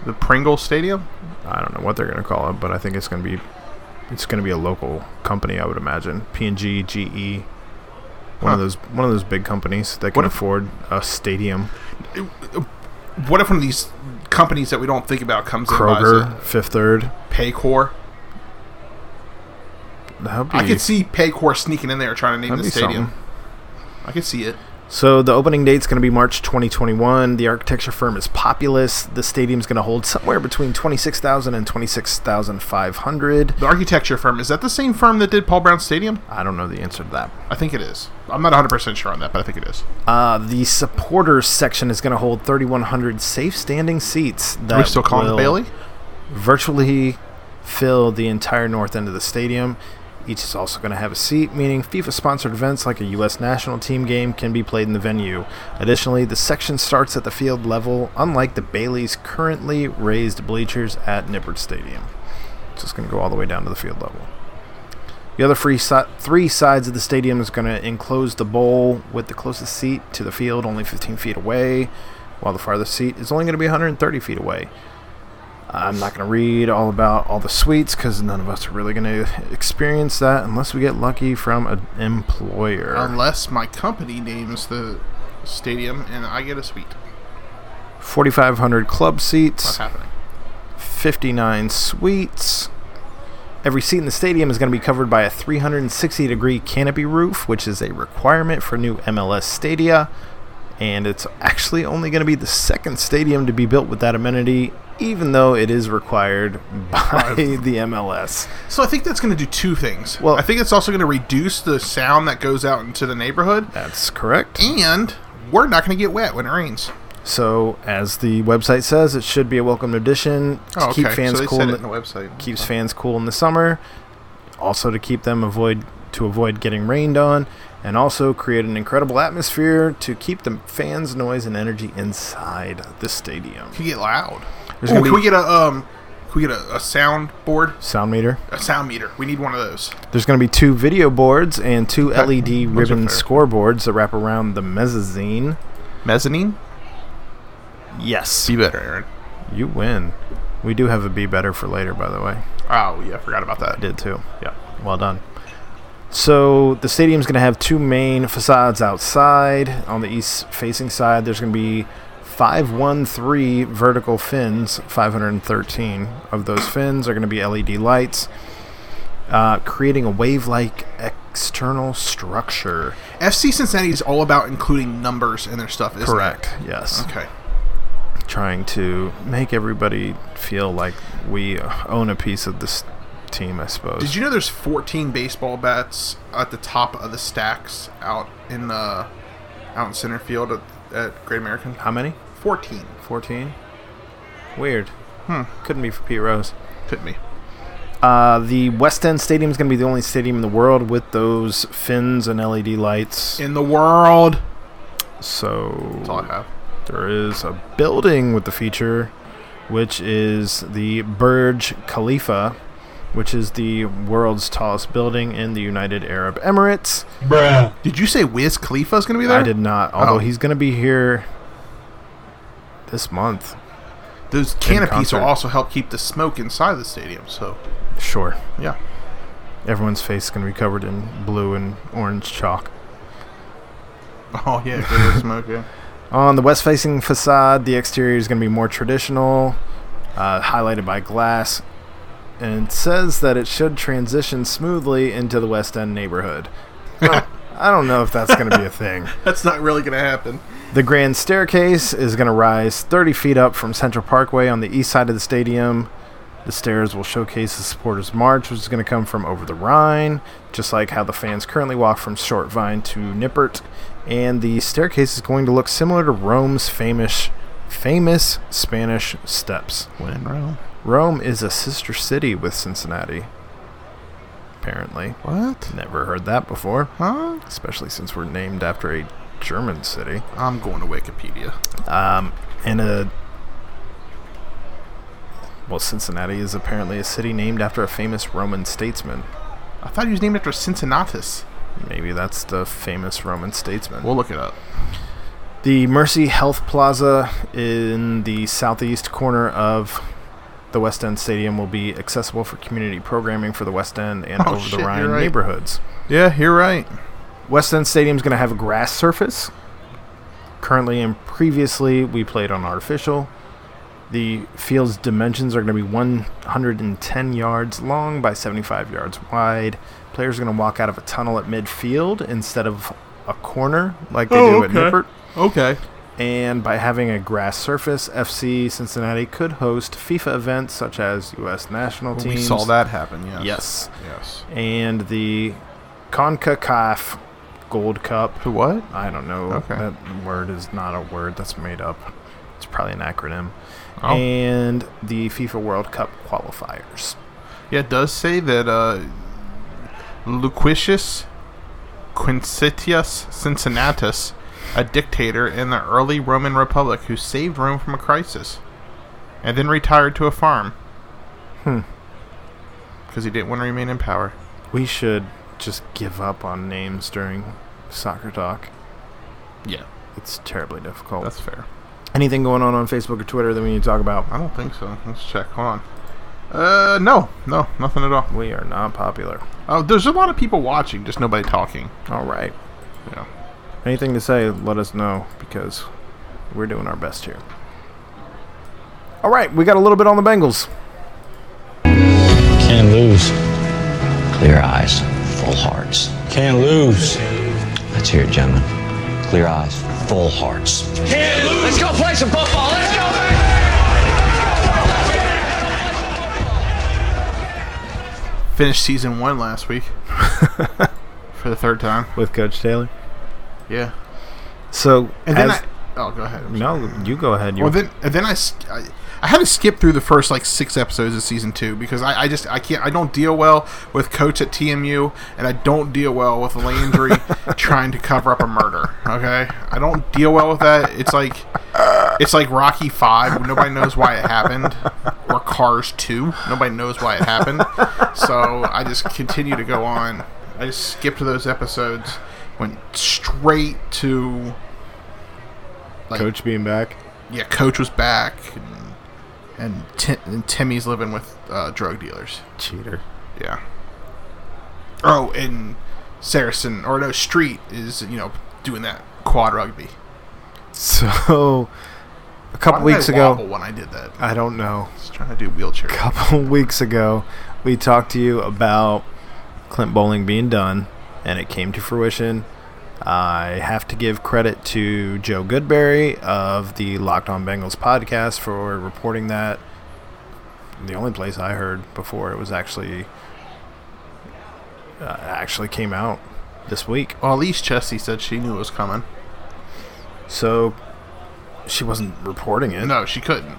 Speaker 7: the Pringle Stadium?
Speaker 6: I don't know what they're gonna call it, but I think it's gonna be it's gonna be a local company, I would imagine. PNG, GE, E, one
Speaker 7: Huh.
Speaker 6: of those one of those big companies that can
Speaker 7: What if-
Speaker 6: afford a stadium.
Speaker 7: What if one of these companies that we don't think about comes in and
Speaker 6: Kroger,
Speaker 7: buys
Speaker 6: Fifth Third.
Speaker 7: it? Paycor.
Speaker 6: That'd be,
Speaker 7: I could see Paycor sneaking in there trying to name
Speaker 6: that'd
Speaker 7: the
Speaker 6: be
Speaker 7: stadium.
Speaker 6: something.
Speaker 7: I could see it.
Speaker 6: So the opening date's going to be March 2021. The architecture firm is Populous. The stadium's going to hold somewhere between 26,000 and 26,500.
Speaker 7: The architecture firm is that the same firm that did Paul Brown Stadium?
Speaker 6: I don't know the answer to that.
Speaker 7: I think it is. I'm not 100 percent sure on that, but I think it is.
Speaker 6: Uh, the supporters section is going to hold 3,100 safe standing seats. That
Speaker 7: Are we still calling it
Speaker 6: will-
Speaker 7: Bailey?
Speaker 6: virtually fill the entire north end of the stadium. Each is also going to have a seat, meaning FIFA sponsored events like a U.S. national team game can be played in the venue. Additionally, the section starts at the field level, unlike the Bailey's currently raised bleachers at Nippert Stadium. It's just going to go all the way down to the field level. The other free si- three sides of the stadium is going to enclose the bowl with the closest seat to the field only 15 feet away, while the farthest seat is only going to be 130 feet away. I'm not going to read all about all the suites because none of us are really going to experience that unless we get lucky from an employer.
Speaker 7: Unless my company names the stadium and I get a suite.
Speaker 6: 4,500 club
Speaker 7: That's
Speaker 6: seats,
Speaker 7: happening.
Speaker 6: 59 suites. Every seat in the stadium is going to be covered by a 360 degree canopy roof, which is a requirement for new MLS stadia. And it's actually only going to be the second stadium to be built with that amenity, even though it is required by the MLS.
Speaker 7: So I think that's going to do two things.
Speaker 6: Well-
Speaker 7: Well, I think it's also going to reduce the sound that goes out into the neighborhood,
Speaker 6: That's correct.
Speaker 7: and we're not going to get wet when it rains.
Speaker 6: So, as the website says, it should be a welcomed addition to keep fans
Speaker 7: Oh, so they
Speaker 6: cool.
Speaker 7: said
Speaker 6: in
Speaker 7: it
Speaker 6: the-
Speaker 7: in the website.
Speaker 6: keeps fans cool in the summer. Also, to keep them avoid to avoid getting rained on, and also create an incredible atmosphere to keep the fans' noise and energy inside the stadium.
Speaker 7: Can get loud.
Speaker 6: There's
Speaker 7: Ooh,
Speaker 6: gonna
Speaker 7: can
Speaker 6: be-
Speaker 7: we get a um? Can we get a, a sound board,
Speaker 6: Sound meter.
Speaker 7: a sound meter? We need one of those.
Speaker 6: There's going to be two video boards and two LED
Speaker 7: those are
Speaker 6: ribbon
Speaker 7: fair.
Speaker 6: scoreboards that wrap around the mezzanine.
Speaker 7: Mezzanine.
Speaker 6: Yes,
Speaker 7: Be better, Aaron.
Speaker 6: you win. We do have a be better for later, by the way.
Speaker 7: Oh yeah, I forgot about that.
Speaker 6: did too.
Speaker 7: Yeah.
Speaker 6: Well done. So the stadium's going to have two main facades outside. On the east facing side, there's going to be 513 vertical fins. 513 of those fins are going to be LED E lights. uh, creating a wave-like external structure.
Speaker 7: FC Cincinnati is all about including numbers in their stuff, isn't
Speaker 6: Correct. Yes.
Speaker 7: it? Okay.
Speaker 6: Trying to make everybody feel like we own a piece of this team, I suppose.
Speaker 7: Did you know there's 14 baseball bats at the top of the stacks out in the out in center field at, at Great American?
Speaker 6: How many?
Speaker 7: 14.
Speaker 6: Fourteen. Weird. Hmm. Couldn't be for Pete Rose.
Speaker 7: Could be.
Speaker 6: Uh, the West End Stadium is going to be the only stadium in the world with those fins and LED lights.
Speaker 7: In the world. That's all
Speaker 6: So
Speaker 7: I have.
Speaker 6: there is a building with the feature, which is the Burj Khalifa, which is the world's tallest building in the United Arab Emirates.
Speaker 7: Did you say Wiz Khalifa's going to be there?
Speaker 6: I did not, although
Speaker 7: Oh.
Speaker 6: he's going to be here this month.
Speaker 7: Those canopies
Speaker 6: concert.
Speaker 7: will also help keep the smoke inside the stadium. So,
Speaker 6: Sure.
Speaker 7: yeah.
Speaker 6: Everyone's face is going to be covered in blue and orange chalk.
Speaker 7: Oh, yeah. good with smoke, yeah.
Speaker 6: On the west facing facade, the exterior is going to be more traditional, uh, highlighted by glass, and it says that it should transition smoothly into the West End neighborhood. I don't know if that's going to be a thing.
Speaker 7: That's not really going to happen.
Speaker 6: The grand staircase is going to rise 30 feet up from Central Parkway on the east side of the stadium. The stairs will showcase the supporters' march, which is going to come from over the Rhine, just like how the fans currently walk from Short Vine to Nippert. And the staircase is going to look similar to Rome's famous, famous Spanish steps.
Speaker 7: When in Rome.
Speaker 6: Rome is a sister city with Cincinnati. Apparently,
Speaker 7: What?
Speaker 6: never heard that before,
Speaker 7: Huh?
Speaker 6: especially since we're named after a German city.
Speaker 7: I'm going to Wikipedia.
Speaker 6: and Um, a well cincinnati is apparently a city named after a famous roman statesman
Speaker 7: I thought he was named after Cincinnatus.
Speaker 6: maybe that's the famous roman statesman
Speaker 7: We'll look it up.
Speaker 6: the mercy health plaza in the southeast corner of the west end stadium will be accessible for community programming for the west end and
Speaker 7: Oh,
Speaker 6: over
Speaker 7: shit,
Speaker 6: the
Speaker 7: you're
Speaker 6: rhine
Speaker 7: right.
Speaker 6: neighborhoods
Speaker 7: Yeah, you're right.
Speaker 6: West End Stadium's going to have a grass surface. Currently and previously, we played on artificial. The field's dimensions are going to be 110 yards long by 75 yards wide. Players are going to walk out of a tunnel at midfield instead of a corner like they do
Speaker 7: Oh,
Speaker 6: at
Speaker 7: okay.
Speaker 6: Nippert.
Speaker 7: Okay.
Speaker 6: And by having a grass surface, FC Cincinnati could host FIFA events such as U.S. national teams.
Speaker 7: We saw that happen, yes.
Speaker 6: Yes.
Speaker 7: Yes.
Speaker 6: And the CONCACAF Gold Cup.
Speaker 7: To what?
Speaker 6: I don't know.
Speaker 7: Okay.
Speaker 6: That word is not a word that's made up. It's probably an acronym.
Speaker 7: Oh.
Speaker 6: And the FIFA World Cup qualifiers.
Speaker 7: Yeah, it does say that uh, Luquitius Quinctius Cincinnatus, a dictator in the early Roman Republic who saved Rome from a crisis and then retired to a farm.
Speaker 6: Hmm.
Speaker 7: Because he didn't want to remain in power.
Speaker 6: We should just give up on names during soccer talk.
Speaker 7: Yeah.
Speaker 6: It's terribly difficult.
Speaker 7: That's fair.
Speaker 6: Anything going on on Facebook or Twitter that we need to talk about?
Speaker 7: I don't think so. Let's check. Hold on. Uh, no. No, nothing at all.
Speaker 6: We are not popular.
Speaker 7: Oh, there's a lot of people watching, just nobody talking.
Speaker 6: All right.
Speaker 7: Yeah.
Speaker 6: Anything to say, let us know because we're doing our best here. All right, we got a little bit on the Bengals.
Speaker 10: Can't lose.
Speaker 11: Clear eyes, full hearts.
Speaker 10: Can't lose.
Speaker 11: Let's hear it, gentlemen. Clear eyes, full hearts.
Speaker 10: Let's go play some football. Let's go.
Speaker 7: Finished season one last week. For the third time.
Speaker 6: With Coach Taylor.
Speaker 7: Yeah.
Speaker 6: So,
Speaker 7: And then
Speaker 6: as-
Speaker 7: I, oh, go ahead. I'm sorry.
Speaker 6: no, you go ahead. You
Speaker 7: Well, then, and then I, s- I- I had to skip through the first like six episodes of season two because I, I just I can't I don't deal well with coach at TMU and I don't deal well with Landry trying to cover up a murder. Okay, I don't deal well with that. It's like it's like Rocky Five. Nobody knows why it happened, or Cars Two. Nobody knows why it happened. So I just continue to go on. I just skipped those episodes, went straight to
Speaker 6: Coach being back.
Speaker 7: yeah, Coach was back, and and, Tim, and Timmy's living with uh, drug dealers.
Speaker 6: Cheater.
Speaker 7: Yeah. Oh, and Saracen or no Street is you know doing that quad rugby.
Speaker 6: So, a
Speaker 7: Why
Speaker 6: couple
Speaker 7: did I
Speaker 6: weeks ago,
Speaker 7: wobble when I did that, I
Speaker 6: I don't know.
Speaker 7: was trying to do wheelchair.
Speaker 6: A couple weeks ago, we talked to you about Clint Bowling being done, and it came to fruition. I have to give credit to Joe Goodberry of the Locked On Bengals podcast for reporting that. The only place I heard before it was actually uh, actually came out this week.
Speaker 7: Well, at least Chesty said she knew it was coming.
Speaker 6: So she wasn't reporting it.
Speaker 7: No, she couldn't.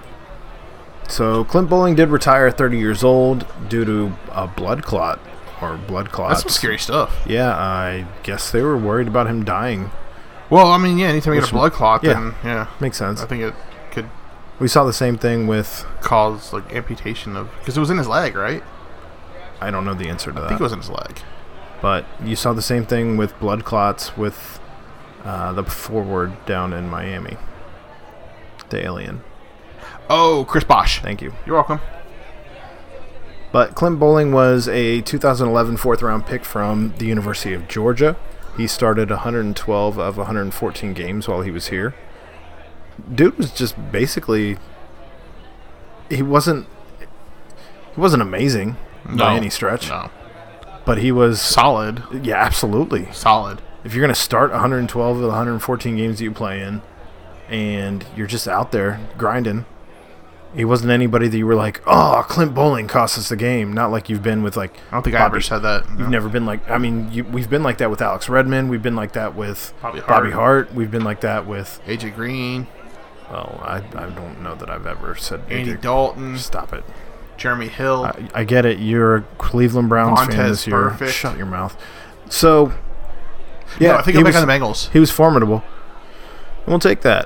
Speaker 6: So Clint Bowling did retire at 30 years old due to a blood clot or blood clots.
Speaker 7: That's some scary stuff.
Speaker 6: Yeah, I guess they were worried about him dying.
Speaker 7: Well, I mean, yeah, anytime you get
Speaker 6: Which-
Speaker 7: a blood clot,
Speaker 6: yeah.
Speaker 7: then yeah,
Speaker 6: Makes sense.
Speaker 7: I think it could
Speaker 6: We saw the same thing with
Speaker 7: cause like amputation of because it was in his leg, right?
Speaker 6: I don't know the answer to
Speaker 7: I
Speaker 6: that.
Speaker 7: think it was in his leg.
Speaker 6: but you saw the same thing with blood clots with uh, the forward down in Miami. The alien.
Speaker 7: Oh, Chris Bosch.
Speaker 6: Thank you.
Speaker 7: You're welcome.
Speaker 6: But Clint Bowling was a 2011 fourth round pick from the University of Georgia. He started 112 of 114 games while he was here. Dude was just basically he wasn't he wasn't amazing by any stretch,
Speaker 7: No,
Speaker 6: but he was
Speaker 7: solid,
Speaker 6: yeah, absolutely.
Speaker 7: solid.
Speaker 6: If you're going to start 112 of the 114 games that you play in and you're just out there grinding, he wasn't anybody that you were like, "Oh, Clint Bowling cost us the game." Not like you've been with like
Speaker 7: I don't think I
Speaker 6: Bobby-
Speaker 7: ever said that.
Speaker 6: You've
Speaker 7: No.
Speaker 6: never been like. I mean, you, we've been like that with Alex Redmond. We've been like that with
Speaker 7: Bobby Hart.
Speaker 6: Bobby Hart. We've been like that with.
Speaker 7: AJ Green,
Speaker 6: Well, I, I don't know that I've ever said.
Speaker 7: Andy
Speaker 6: either.
Speaker 7: Dalton,
Speaker 6: Stop it.
Speaker 7: Jeremy Hill.
Speaker 6: I, I get it. You're a Cleveland Browns fan
Speaker 7: Vontez
Speaker 6: this year.
Speaker 7: Burfict.
Speaker 6: Shut your mouth. So. Yeah,
Speaker 7: no, I think
Speaker 6: he
Speaker 7: I'm back
Speaker 6: was-
Speaker 7: on the Bengals.
Speaker 6: He was formidable. And We'll take that.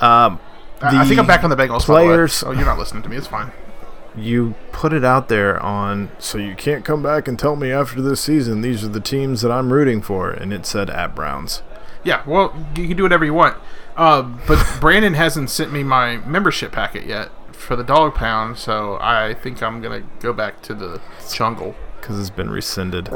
Speaker 6: Um,
Speaker 7: I, I think I'm
Speaker 6: the
Speaker 7: back on the Bengals. by the way.
Speaker 6: Players,
Speaker 7: Oh, you're not listening to me. It's fine.
Speaker 6: you put it out there on so you can't come back and tell me after this season these are the teams that I'm rooting for and it said at Browns.
Speaker 7: Yeah, well, you can do whatever you want. Uh, but Brandon hasn't sent me my membership packet yet for the dog pound, so I think I'm gonna go back to the jungle.
Speaker 6: because it's been rescinded.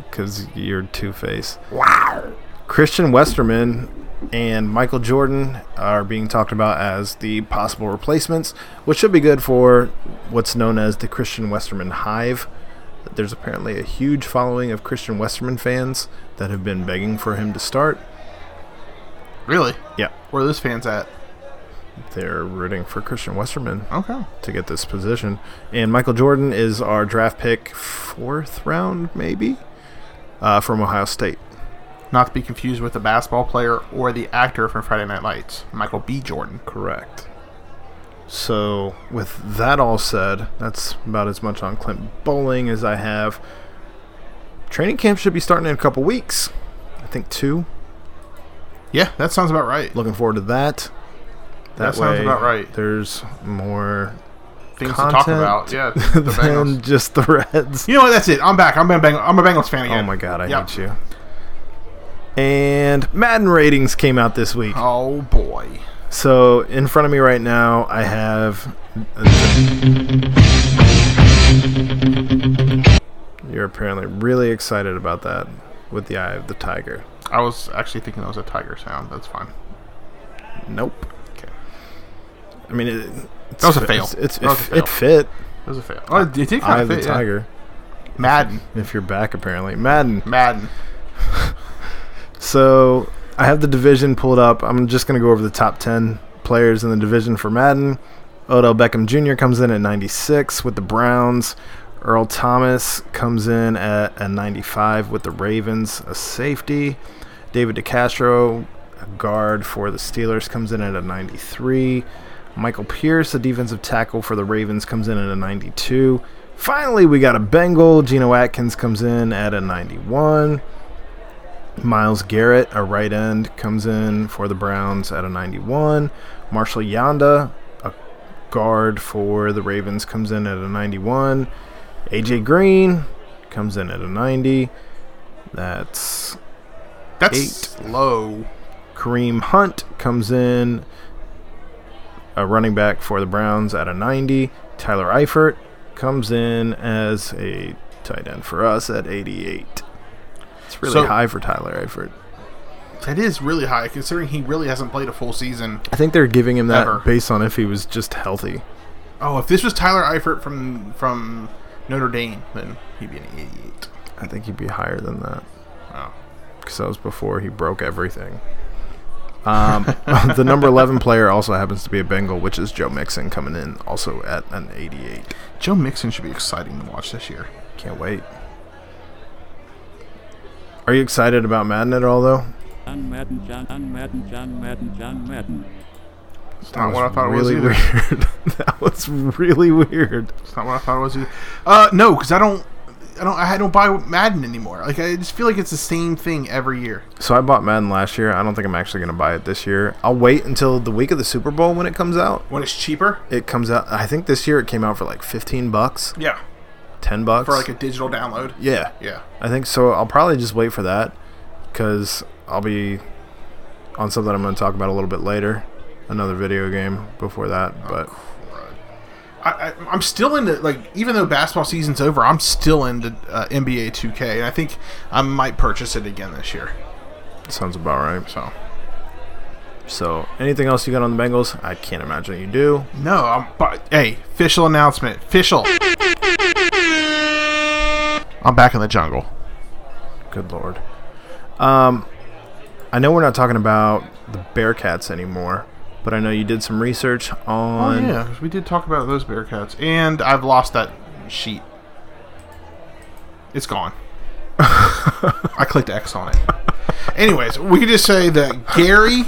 Speaker 6: Because you're Two Face. Wow. Christian Westerman and Michael Jordan are being talked about as the possible replacements, which should be good for what's known as the Christian Westerman Hive. There's apparently a huge following of Christian Westerman fans that have been begging for him to start.
Speaker 7: Really?
Speaker 6: Yeah,
Speaker 7: Where are those fans at?
Speaker 6: they're rooting for Christian Westerman
Speaker 7: Okay.
Speaker 6: to get this position. And Michael Jordan is our draft pick, fourth round, maybe, uh, from Ohio State.
Speaker 7: Not to be confused with the basketball player or the actor from Friday Night Lights, Michael B. Jordan.
Speaker 6: Correct. So, with that all said, that's about as much on Clint Bowling as I have. Training camp should be starting in a couple weeks. I think two.
Speaker 7: Yeah, that sounds about right.
Speaker 6: Looking forward to that.
Speaker 7: That sounds about right.
Speaker 6: There's more
Speaker 7: Things to
Speaker 6: content
Speaker 7: talk about. Yeah, the
Speaker 6: than
Speaker 7: Bengals.
Speaker 6: just the Reds.
Speaker 7: You know what? That's it. I'm back. I'm a Bengals, I'm a Bengals fan again.
Speaker 6: Oh my god, I
Speaker 7: Yep.
Speaker 6: hate you. And Madden ratings came out this week.
Speaker 7: Oh boy.
Speaker 6: So in front of me right now, I have. You're apparently really excited about that with the Eye of the Tiger.
Speaker 7: I was actually thinking that was a tiger sound. That's fine.
Speaker 6: Nope.
Speaker 7: Okay.
Speaker 6: I mean, it, it's
Speaker 7: That was a
Speaker 6: fit-
Speaker 7: fail.
Speaker 6: It's, it's,
Speaker 7: That was a
Speaker 6: it, it fit.
Speaker 7: That was a fail. Oh, it did kind
Speaker 6: Eye
Speaker 7: of
Speaker 6: of
Speaker 7: fit.
Speaker 6: the
Speaker 7: yeah.
Speaker 6: Tiger.
Speaker 7: Madden.
Speaker 6: If you're back, apparently Madden.
Speaker 7: Madden.
Speaker 6: So I have the division pulled up. I'm just going to go over the top 10 players in the division for Madden. Odell Beckham Jr. comes in at 96 with the Browns. Earl Thomas comes in at a 95 with the Ravens, a safety. David DeCastro, a guard for the Steelers, comes in at a 93. Michael Pierce, a defensive tackle for the Ravens, comes in at a 92. Finally, we got a Bengal. Geno Atkins comes in at a 91. Miles Garrett, a right end, comes in for the Browns at a 91. Marshall Yanda, a guard for the Ravens, comes in at a 91. AJ Green comes in at a 90. That's
Speaker 7: That's low.
Speaker 6: Kareem Hunt comes in, a running back for the Browns at a 90. Tyler Eifert comes in as a tight end for us at 88. It's really
Speaker 7: So-
Speaker 6: high for Tyler Eifert.
Speaker 7: That is really high, considering he really hasn't played a full season.
Speaker 6: I think they're giving him that
Speaker 7: Ever.
Speaker 6: based on if he was just healthy.
Speaker 7: Oh, if this was Tyler Eifert from from Notre Dame, then he'd be an idiot.
Speaker 6: I think he'd be higher than that.
Speaker 7: Wow.
Speaker 6: Because that was before he broke everything. Um, the number 11 player also happens to be a Bengal, which is Joe Mixon coming in also at an 88.
Speaker 7: Joe Mixon should be exciting to watch this year.
Speaker 6: Can't wait. Are you excited about Madden at all, though?
Speaker 12: John Madden, John Madden, John Madden, John Madden.
Speaker 7: It's not what I thought
Speaker 6: really
Speaker 7: it was either.
Speaker 6: weird. that was really weird.
Speaker 7: It's not what I thought it was either. Uh, no, because I don't, I don't, I don't buy Madden anymore. Like I just feel like it's the same thing every year.
Speaker 6: So I bought Madden last year. I don't think I'm actually going to buy it this year. I'll wait until the week of the Super Bowl when it comes out.
Speaker 7: When it's cheaper,
Speaker 6: It comes out. I think this year it came out for like 15 bucks,
Speaker 7: yeah,
Speaker 6: 10 bucks.
Speaker 7: for like a digital download.
Speaker 6: yeah.
Speaker 7: Yeah,
Speaker 6: I think so. I'll probably just wait for that because I'll be on something I'm going to talk about a little bit later. Another video game before that, but
Speaker 7: I, I, I'm still into like even though basketball season's over, I'm still into uh, NBA 2K, and I think I might purchase it again this year.
Speaker 6: sounds about right.
Speaker 7: So
Speaker 6: So, anything else you got on the Bengals? I can't imagine you do.
Speaker 7: no, I'm, but hey, official announcement, official. I'm back in the jungle.
Speaker 6: Good lord. Um, I know we're not talking about the Bearcats anymore, but I know you did some research
Speaker 7: Oh
Speaker 6: on.
Speaker 7: yeah, 'cause we did talk about those Bearcats, and I've lost that sheet. It's gone. I clicked X on it. Anyways, we could just say that Gary,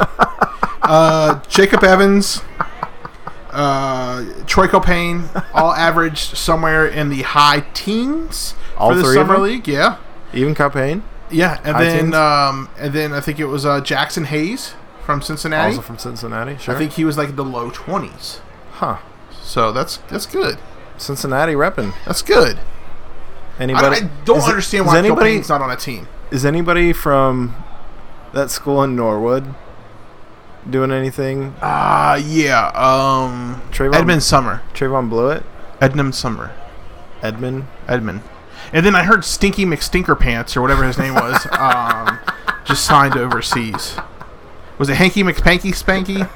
Speaker 7: uh, Jacob Evans, uh, Troy Copain all averaged somewhere in the high teens
Speaker 6: All
Speaker 7: for the
Speaker 6: three of
Speaker 7: summer
Speaker 6: them?
Speaker 7: league. Yeah,
Speaker 6: Even Copain,
Speaker 7: yeah, and
Speaker 6: High
Speaker 7: then
Speaker 6: teens?
Speaker 7: um, and then I think it was uh, Jackson Hayes from Cincinnati.
Speaker 6: also from Cincinnati. Sure.
Speaker 7: I think he was like the low twenties.
Speaker 6: huh.
Speaker 7: So that's that's good.
Speaker 6: Cincinnati repping.
Speaker 7: That's good.
Speaker 6: Anybody?
Speaker 7: I, I don't
Speaker 6: is it-
Speaker 7: understand
Speaker 6: is
Speaker 7: why
Speaker 6: anybody
Speaker 7: Copain's not on a team.
Speaker 6: is anybody from that school in Norwood doing anything?
Speaker 7: Uh yeah. Um
Speaker 6: Trayvon-
Speaker 7: Edmund Summer.
Speaker 6: Trayvon Blewett,
Speaker 7: Edmund Summer.
Speaker 6: Edmund.
Speaker 7: Edmund. And then I heard Stinky McStinkerpants or whatever his name was, um, just signed overseas. Was it Hanky McPanky Spanky?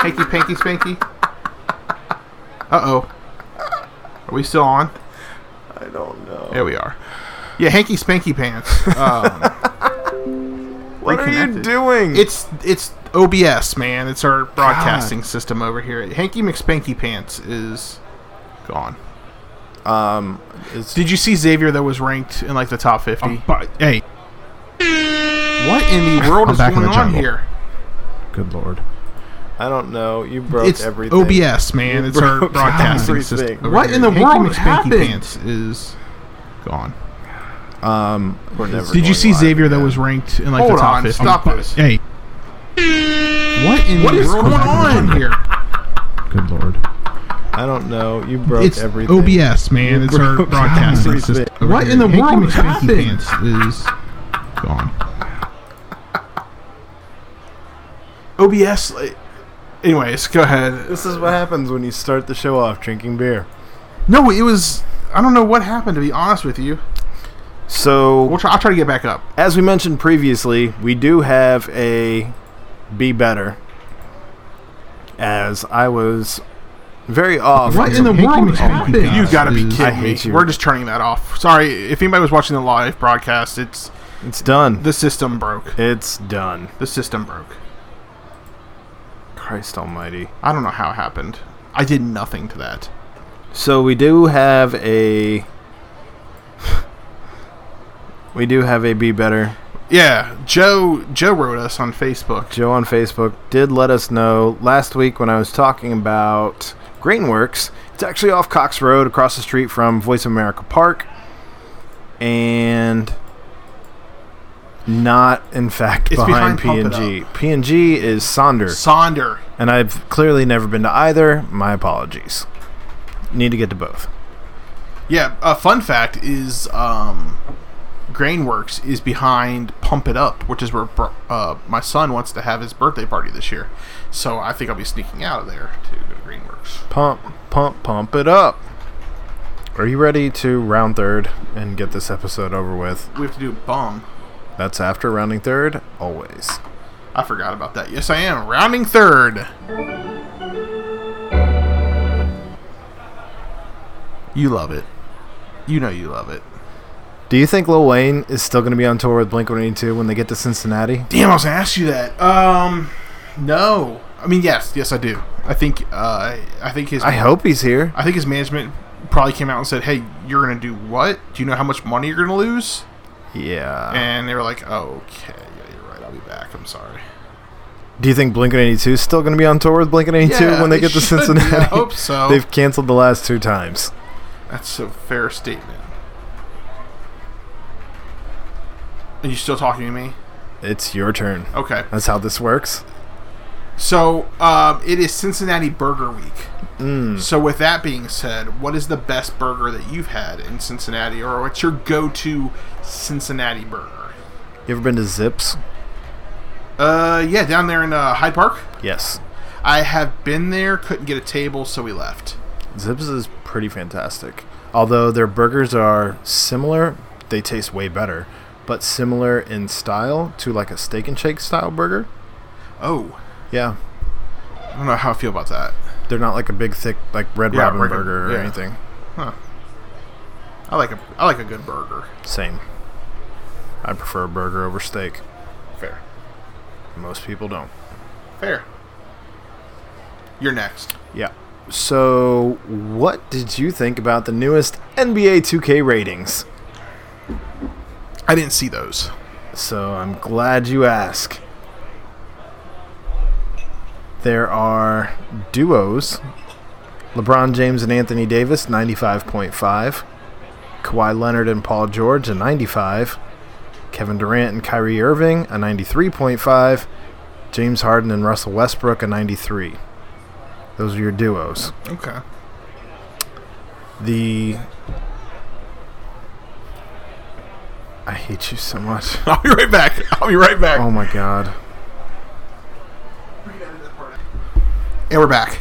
Speaker 7: Hanky Panky Spanky? Uh oh. Are we still on?
Speaker 6: I don't know.
Speaker 7: There we are. Yeah, Hanky Spanky Pants. Um,
Speaker 6: What are you
Speaker 7: reconnected.
Speaker 6: doing?
Speaker 7: It's it's OBS, man. It's our broadcasting system over here. Hanky McSpanky Pants is gone.
Speaker 6: um. Is,
Speaker 7: Did you see Xavier that was ranked in like the top fifty?
Speaker 6: hey.
Speaker 7: what in the world
Speaker 6: I'm
Speaker 7: is
Speaker 6: back in
Speaker 7: going
Speaker 6: the
Speaker 7: on
Speaker 6: jungle.
Speaker 7: here?
Speaker 6: Good lord. I don't know. You broke
Speaker 7: it's
Speaker 6: everything.
Speaker 7: OBS, man.
Speaker 6: You
Speaker 7: It's our
Speaker 6: broke
Speaker 7: broadcasting
Speaker 6: everything.
Speaker 7: system.
Speaker 6: Over
Speaker 7: What
Speaker 6: here.
Speaker 7: in the
Speaker 6: Hanky
Speaker 7: world
Speaker 6: McSpanky
Speaker 7: happened?
Speaker 6: Pants
Speaker 7: Pants is gone.
Speaker 6: Um, we're never
Speaker 7: Did you
Speaker 6: going
Speaker 7: see
Speaker 6: live
Speaker 7: Xavier that
Speaker 6: again.
Speaker 7: was ranked in like
Speaker 6: Hold
Speaker 7: the top
Speaker 6: on,
Speaker 7: fifty?
Speaker 6: stop
Speaker 7: this. Hey. What in
Speaker 6: What
Speaker 7: the
Speaker 6: is
Speaker 7: world
Speaker 6: going
Speaker 7: is going on here?
Speaker 6: Good lord. I don't know. You broke
Speaker 7: it's
Speaker 6: everything.
Speaker 7: OBS, man. It's our broadcasting
Speaker 6: everything.
Speaker 7: system. What in the world happened? Is gone. OBS. Like, anyways, go ahead.
Speaker 6: This is what happens when you start the show off drinking beer.
Speaker 7: No, it was. I don't know what happened. To be honest with you,
Speaker 6: So,
Speaker 7: we'll try. I'll try to get back up.
Speaker 6: as we mentioned previously, we do have a Be Better. As I was very off.
Speaker 7: What in the world happened? You gotta be
Speaker 6: I
Speaker 7: kidding me.
Speaker 6: hate you.
Speaker 7: We're just turning that off. Sorry if anybody was watching the live broadcast. It's
Speaker 6: It's done.
Speaker 7: the system broke.
Speaker 6: It's done.
Speaker 7: The system broke.
Speaker 6: Christ almighty.
Speaker 7: I don't know how it happened. I did nothing to that.
Speaker 6: So we do have a we do have a be better.
Speaker 7: Yeah, Joe Joe wrote us on Facebook.
Speaker 6: Joe on Facebook did let us know last week when I was talking about Grainworks. It's actually off Cox Road, across the street from Voice of America Park, and not in fact
Speaker 7: It's
Speaker 6: behind P
Speaker 7: behind
Speaker 6: and
Speaker 7: Pump It
Speaker 6: G. P and G is Sonder.
Speaker 7: Sonder.
Speaker 6: and I've clearly never been to either. My apologies. Need to get to both.
Speaker 7: Yeah, a fun fact is um, Grainworks is behind Pump It Up, which is where br- uh, my son wants to have his birthday party this year. So I think I'll be sneaking out of there to go to Grainworks.
Speaker 6: Pump, pump, pump it up. Are you ready to round third and get this episode over with?
Speaker 7: We have to do Bum.
Speaker 6: That's after rounding third, always.
Speaker 7: I forgot about that. Yes, I am. Rounding third. You love it. You know you love it.
Speaker 6: Do you think Lil Wayne is still going to be on tour with Blink 182 when they get to Cincinnati?
Speaker 7: Damn, I was gonna ask you that. Um, no. I mean, yes, yes, I do. I think, uh, I think his.
Speaker 6: I hope he's here.
Speaker 7: I think his management probably came out and said, "Hey, you're gonna do what? Do you know how much money you're gonna lose?"
Speaker 6: Yeah.
Speaker 7: And they were like, oh, "Okay, yeah, you're right. I'll be back. I'm sorry."
Speaker 6: Do you think Blink 182 is still going to be on tour with Blink 182
Speaker 7: Yeah,
Speaker 6: when they,
Speaker 7: they
Speaker 6: get to
Speaker 7: should be. I
Speaker 6: Cincinnati?
Speaker 7: hope so.
Speaker 6: They've canceled the last two times.
Speaker 7: That's a fair statement. Are you still talking to me?
Speaker 6: It's your turn.
Speaker 7: Okay.
Speaker 6: That's how this works.
Speaker 7: So, um, it is Cincinnati Burger Week.
Speaker 6: Mm.
Speaker 7: So, with that being said, what is the best burger that you've had in Cincinnati, or what's your go-to Cincinnati burger?
Speaker 6: You ever been to Zips?
Speaker 7: Uh, yeah, down there in uh, Hyde Park.
Speaker 6: Yes.
Speaker 7: I have been there, couldn't get a table, so we left.
Speaker 6: Zips is pretty fantastic. Although their burgers are similar, they taste way better. But similar in style to like a steak and shake style burger.
Speaker 7: Oh,
Speaker 6: Yeah.
Speaker 7: I don't know how I feel about that.
Speaker 6: They're not like a big thick like Red
Speaker 7: Yeah,
Speaker 6: Robin
Speaker 7: burger-
Speaker 6: burger or
Speaker 7: yeah.
Speaker 6: anything.
Speaker 7: Huh. I like a I like a good burger.
Speaker 6: Same. I prefer a burger over steak.
Speaker 7: Fair.
Speaker 6: Most people don't.
Speaker 7: Fair. You're next.
Speaker 6: Yeah. So, what did you think about the newest NBA 2K ratings?
Speaker 7: I didn't see those.
Speaker 6: So, I'm glad you ask. There are duos LeBron James and Anthony Davis, 95.5. Kawhi Leonard and Paul George, a 95. Kevin Durant and Kyrie Irving, a 93.5. James Harden and Russell Westbrook, a 93. Those are your duos.
Speaker 7: Okay.
Speaker 6: the I hate you so much.
Speaker 7: I'll be right back. I'll be right back.
Speaker 6: Oh my god.
Speaker 7: And we're back.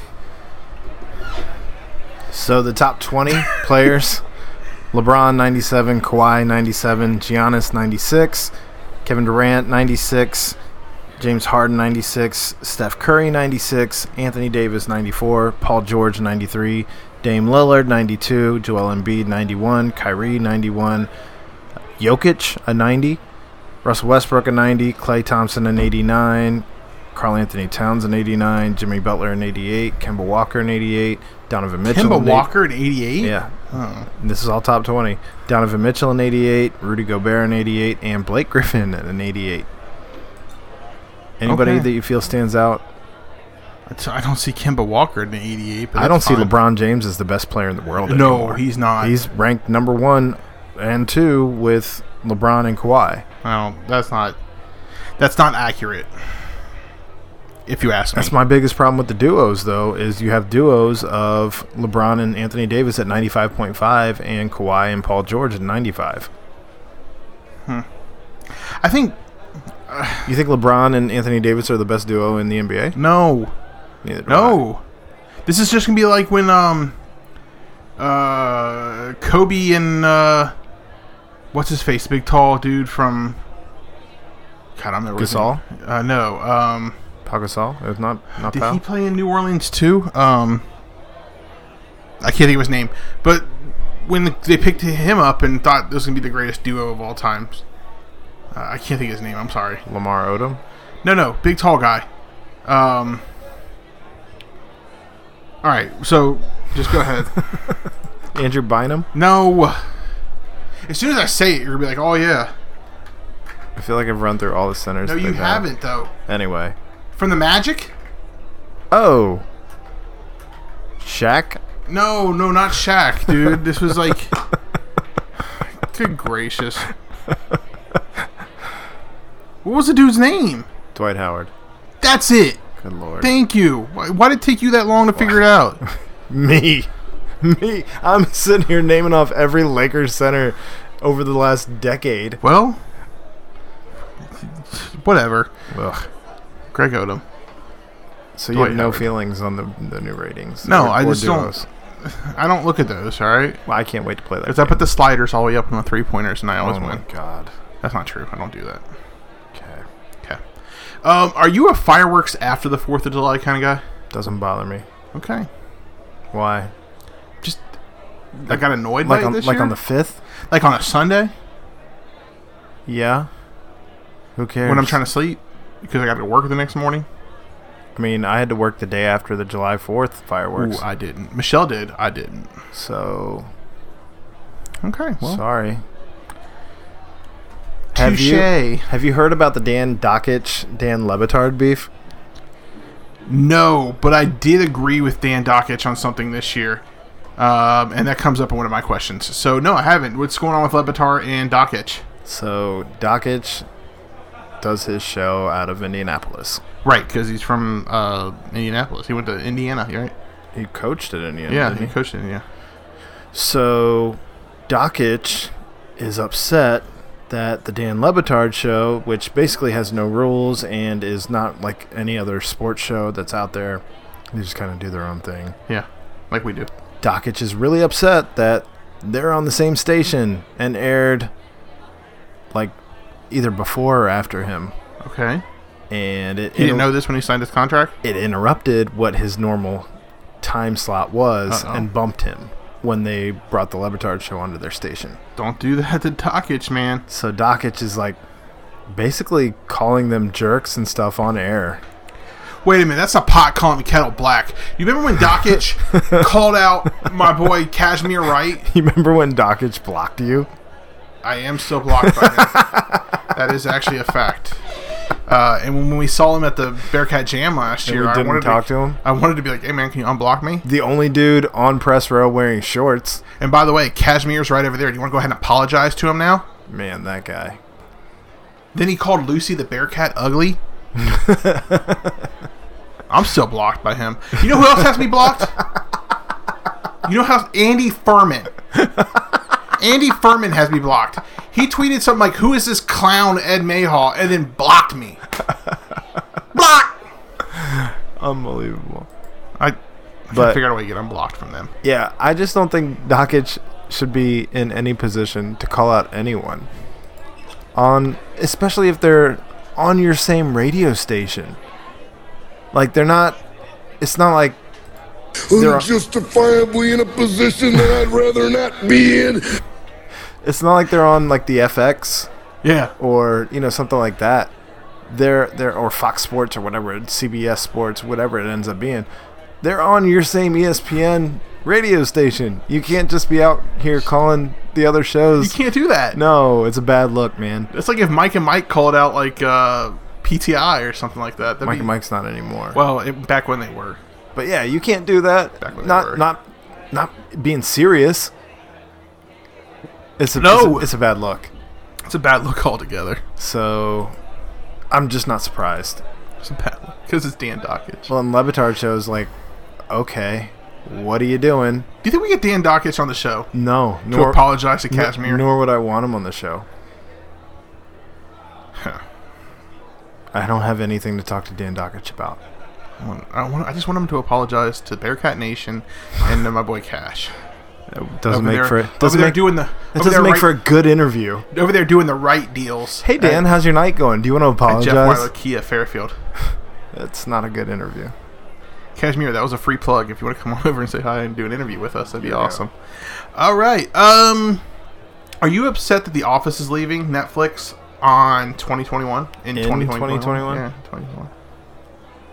Speaker 6: So the top 20 players LeBron 97, Kawhi 97, Giannis 96, Kevin Durant 96, James Harden 96, Steph Curry 96, Anthony Davis 94, Paul George 93, Dame Lillard 92, Joel Embiid 91, Kyrie 91, Jokic a 90, Russell Westbrook a 90, Clay Thompson an 89, Carl Anthony Towns an 89, Jimmy Butler an 88, Kemba Walker an 88, Donovan Mitchell
Speaker 7: Kimba
Speaker 6: an eight-
Speaker 7: Walker at 88.
Speaker 6: yeah. And This is all top 20. Donovan Mitchell in 88, Rudy Gobert in 88, and Blake Griffin in an 88. Anybody
Speaker 7: Okay.
Speaker 6: that you feel stands out?
Speaker 7: It's- I don't see Kimba Walker at 88. But
Speaker 6: I don't
Speaker 7: that's
Speaker 6: see
Speaker 7: fine.
Speaker 6: LeBron James as the best player in the world.
Speaker 7: No,
Speaker 6: anymore.
Speaker 7: he's not.
Speaker 6: He's ranked number one and two with LeBron and Kawhi.
Speaker 7: No, that's not. That's not accurate. If you ask me.
Speaker 6: That's my biggest problem with the duos, though, is you have duos of LeBron and Anthony Davis at 95.5 and Kawhi and Paul George at 95.
Speaker 7: I think
Speaker 6: You think LeBron and Anthony Davis are the best duo in the NBA?
Speaker 7: no,
Speaker 6: Neither do I.
Speaker 7: no. This is just gonna be like when um, uh, Kobe and uh, what's his face, big tall dude from. God, I don't remember. his
Speaker 6: Gasol?
Speaker 7: name. Uh, no. Um,
Speaker 6: Pau Gasol? It's not not
Speaker 7: Did
Speaker 6: Pau.
Speaker 7: he play in New Orleans too? Um, I can't think of his name, but when the, they picked him up and thought this was gonna be the greatest duo of all times, uh, I can't think of his name. I'm sorry.
Speaker 6: Lamar Odom.
Speaker 7: No, no, big tall guy. Um, all right, so just go ahead.
Speaker 6: Andrew Bynum.
Speaker 7: no, as soon as I say it, you're gonna be like, "Oh yeah."
Speaker 6: I feel like I've run through all the centers.
Speaker 7: No,
Speaker 6: that
Speaker 7: you
Speaker 6: they've had.
Speaker 7: haven't though.
Speaker 6: Anyway.
Speaker 7: From the Magic?
Speaker 6: Oh. Shaq.
Speaker 7: No, no, not Shaq, dude. This was like, good gracious. What was the dude's name?
Speaker 6: Dwight Howard.
Speaker 7: That's it.
Speaker 6: Good lord.
Speaker 7: Thank you. Why, why did it take you that long to figure it out?
Speaker 6: Me. Me. I'm sitting here naming off every Lakers center over the last decade.
Speaker 7: Well, whatever.
Speaker 6: Ugh.
Speaker 7: Greg Odom.
Speaker 6: So you
Speaker 7: Dwight
Speaker 6: have no
Speaker 7: Howard.
Speaker 6: feelings on the, the new ratings.
Speaker 7: No,
Speaker 6: Or-
Speaker 7: I
Speaker 6: or
Speaker 7: just don't- I don't look at those. All right,
Speaker 6: Well, I can't wait to play that.
Speaker 7: because I
Speaker 6: game.
Speaker 7: put the sliders all the way up on the three pointers, and I always
Speaker 6: Oh my
Speaker 7: win.
Speaker 6: god.
Speaker 7: That's not true. I don't do that.
Speaker 6: Okay.
Speaker 7: Okay. Um, are you a fireworks after the Fourth of July kind of guy?
Speaker 6: Doesn't bother me.
Speaker 7: Okay.
Speaker 6: Why?
Speaker 7: Just I got annoyed
Speaker 6: like
Speaker 7: by
Speaker 6: on,
Speaker 7: it this
Speaker 6: like
Speaker 7: year?
Speaker 6: on the fifth.
Speaker 7: Like on a Sunday
Speaker 6: Yeah. Who cares?
Speaker 7: when I'm trying to sleep because I got to work the next morning.
Speaker 6: I mean, I had to work the day after the July Fourth
Speaker 7: Ooh,
Speaker 6: fireworks.
Speaker 7: I didn't. Michelle did. I didn't.
Speaker 6: so
Speaker 7: Okay. Well,
Speaker 6: sorry. Have you,
Speaker 7: touche.
Speaker 6: have you heard about the Dan Dockich, Dan Levitard beef?
Speaker 7: No, but I did agree with Dan Dockich on something this year, um, and that comes up in one of my questions. So no, I haven't. What's going on with Lebatar and Dockich?
Speaker 6: So Dockich does his show out of Indianapolis.
Speaker 7: Right, because he's from uh, Indianapolis. He went to Indiana, right?
Speaker 6: He coached at Indiana.
Speaker 7: Yeah,
Speaker 6: didn't
Speaker 7: he
Speaker 6: he?
Speaker 7: coached in Indiana.
Speaker 6: So Dockich is upset that the Dan Lebitard show, which basically has no rules and is not like any other sports show that's out there, they just kind of do their own thing.
Speaker 7: Yeah, like we do.
Speaker 6: Dockich is really upset that they're on the same station and aired like either before or after him.
Speaker 7: Okay.
Speaker 6: And it
Speaker 7: He didn't know this when he signed his contract.
Speaker 6: it interrupted what his normal time slot was
Speaker 7: Uh-oh.
Speaker 6: and bumped him when they brought the Levitard show onto their station.
Speaker 7: Don't do that to Dockich, man.
Speaker 6: So Dockich is like basically calling them jerks and stuff on air.
Speaker 7: Wait a minute, that's not pot calling the kettle black. You remember when Dockich called out my boy Kashmir Wright?
Speaker 6: You remember when Dockich blocked you?
Speaker 7: I am still blocked by him. that is actually a fact. Uh, and when we saw him at the Bearcat Jam last
Speaker 6: And
Speaker 7: year,
Speaker 6: we
Speaker 7: I
Speaker 6: didn't
Speaker 7: wanted
Speaker 6: talk
Speaker 7: to,
Speaker 6: to him?
Speaker 7: I wanted to be like, "Hey man, can you unblock me?"
Speaker 6: The only dude on press row wearing shorts.
Speaker 7: And by the way, Cashmere's right over there. Do you want to go ahead and apologize to him now?
Speaker 6: Man, that guy.
Speaker 7: Then he called Lucy the Bearcat ugly. I'm still blocked by him. You know who else has to be blocked? You know how Andy Furman. Andy Furman has me blocked. He tweeted something like, "Who is this clown Ed Mayhaw?" and then blocked me. Block.
Speaker 6: Unbelievable.
Speaker 7: I
Speaker 6: But-
Speaker 7: but, figure out a way to get unblocked from them.
Speaker 6: Yeah, I just don't think Dockich should be in any position to call out anyone. On especially if they're on your same radio station. Like they're not it's not like they're
Speaker 13: I'm justifiably in a position that I'd rather not be in.
Speaker 6: it's not like they're on like the FX
Speaker 7: Yeah.
Speaker 6: or you know something like that. They're they're or Fox Sports or whatever, CBS Sports, whatever it ends up being. They're on your same E ESPN radio station. You can't just be out here calling the other shows.
Speaker 7: You can't do that.
Speaker 6: No, it's a bad look, man.
Speaker 7: That's like if Mike and Mike called out like uh, PTI or something like that. That'd
Speaker 6: Mike
Speaker 7: be-
Speaker 6: and Mike's not anymore.
Speaker 7: Well, it, back when they were.
Speaker 6: but yeah, you can't do that.
Speaker 7: Back when they
Speaker 6: Not
Speaker 7: were.
Speaker 6: not not being serious. It's a, it's
Speaker 7: No.
Speaker 6: a, it's a bad look.
Speaker 7: It's a bad look altogether.
Speaker 6: So I'm just not surprised.
Speaker 7: It's a bad look because it's Dan Dockich.
Speaker 6: Well, and Levitard shows like, okay, what are you doing?
Speaker 7: do you think we get Dan Dockich on the show
Speaker 6: No,
Speaker 7: to
Speaker 6: nor
Speaker 7: apologize to
Speaker 6: nor-
Speaker 7: Kashmir?
Speaker 6: nor would I want him on the show.
Speaker 7: Huh.
Speaker 6: I don't have anything to talk to Dan Dockich about.
Speaker 7: I, want, I, want, I just want him to apologize to Bearcat Nation and to my boy Cash.
Speaker 6: It doesn't
Speaker 7: Over
Speaker 6: make
Speaker 7: there-
Speaker 6: for
Speaker 7: over
Speaker 6: it. Doesn't
Speaker 7: there
Speaker 6: make
Speaker 7: doing the-
Speaker 6: It
Speaker 7: over
Speaker 6: doesn't
Speaker 7: there
Speaker 6: make
Speaker 7: right-
Speaker 6: for a good interview.
Speaker 7: Over there doing the right deals.
Speaker 6: Hey Dan, how's your night going? Do you want to
Speaker 7: At Jeff Weiler,
Speaker 6: apologize?
Speaker 7: Kia Fairfield.
Speaker 6: That's not a good interview.
Speaker 7: Kashmir, that was a free plug. If you want to come on over and say hi and do an interview with us, that'd be awesome. All right. Um, are you upset that The Office is leaving Netflix on 2021 in,
Speaker 6: In 2021?
Speaker 7: Yeah, 2021.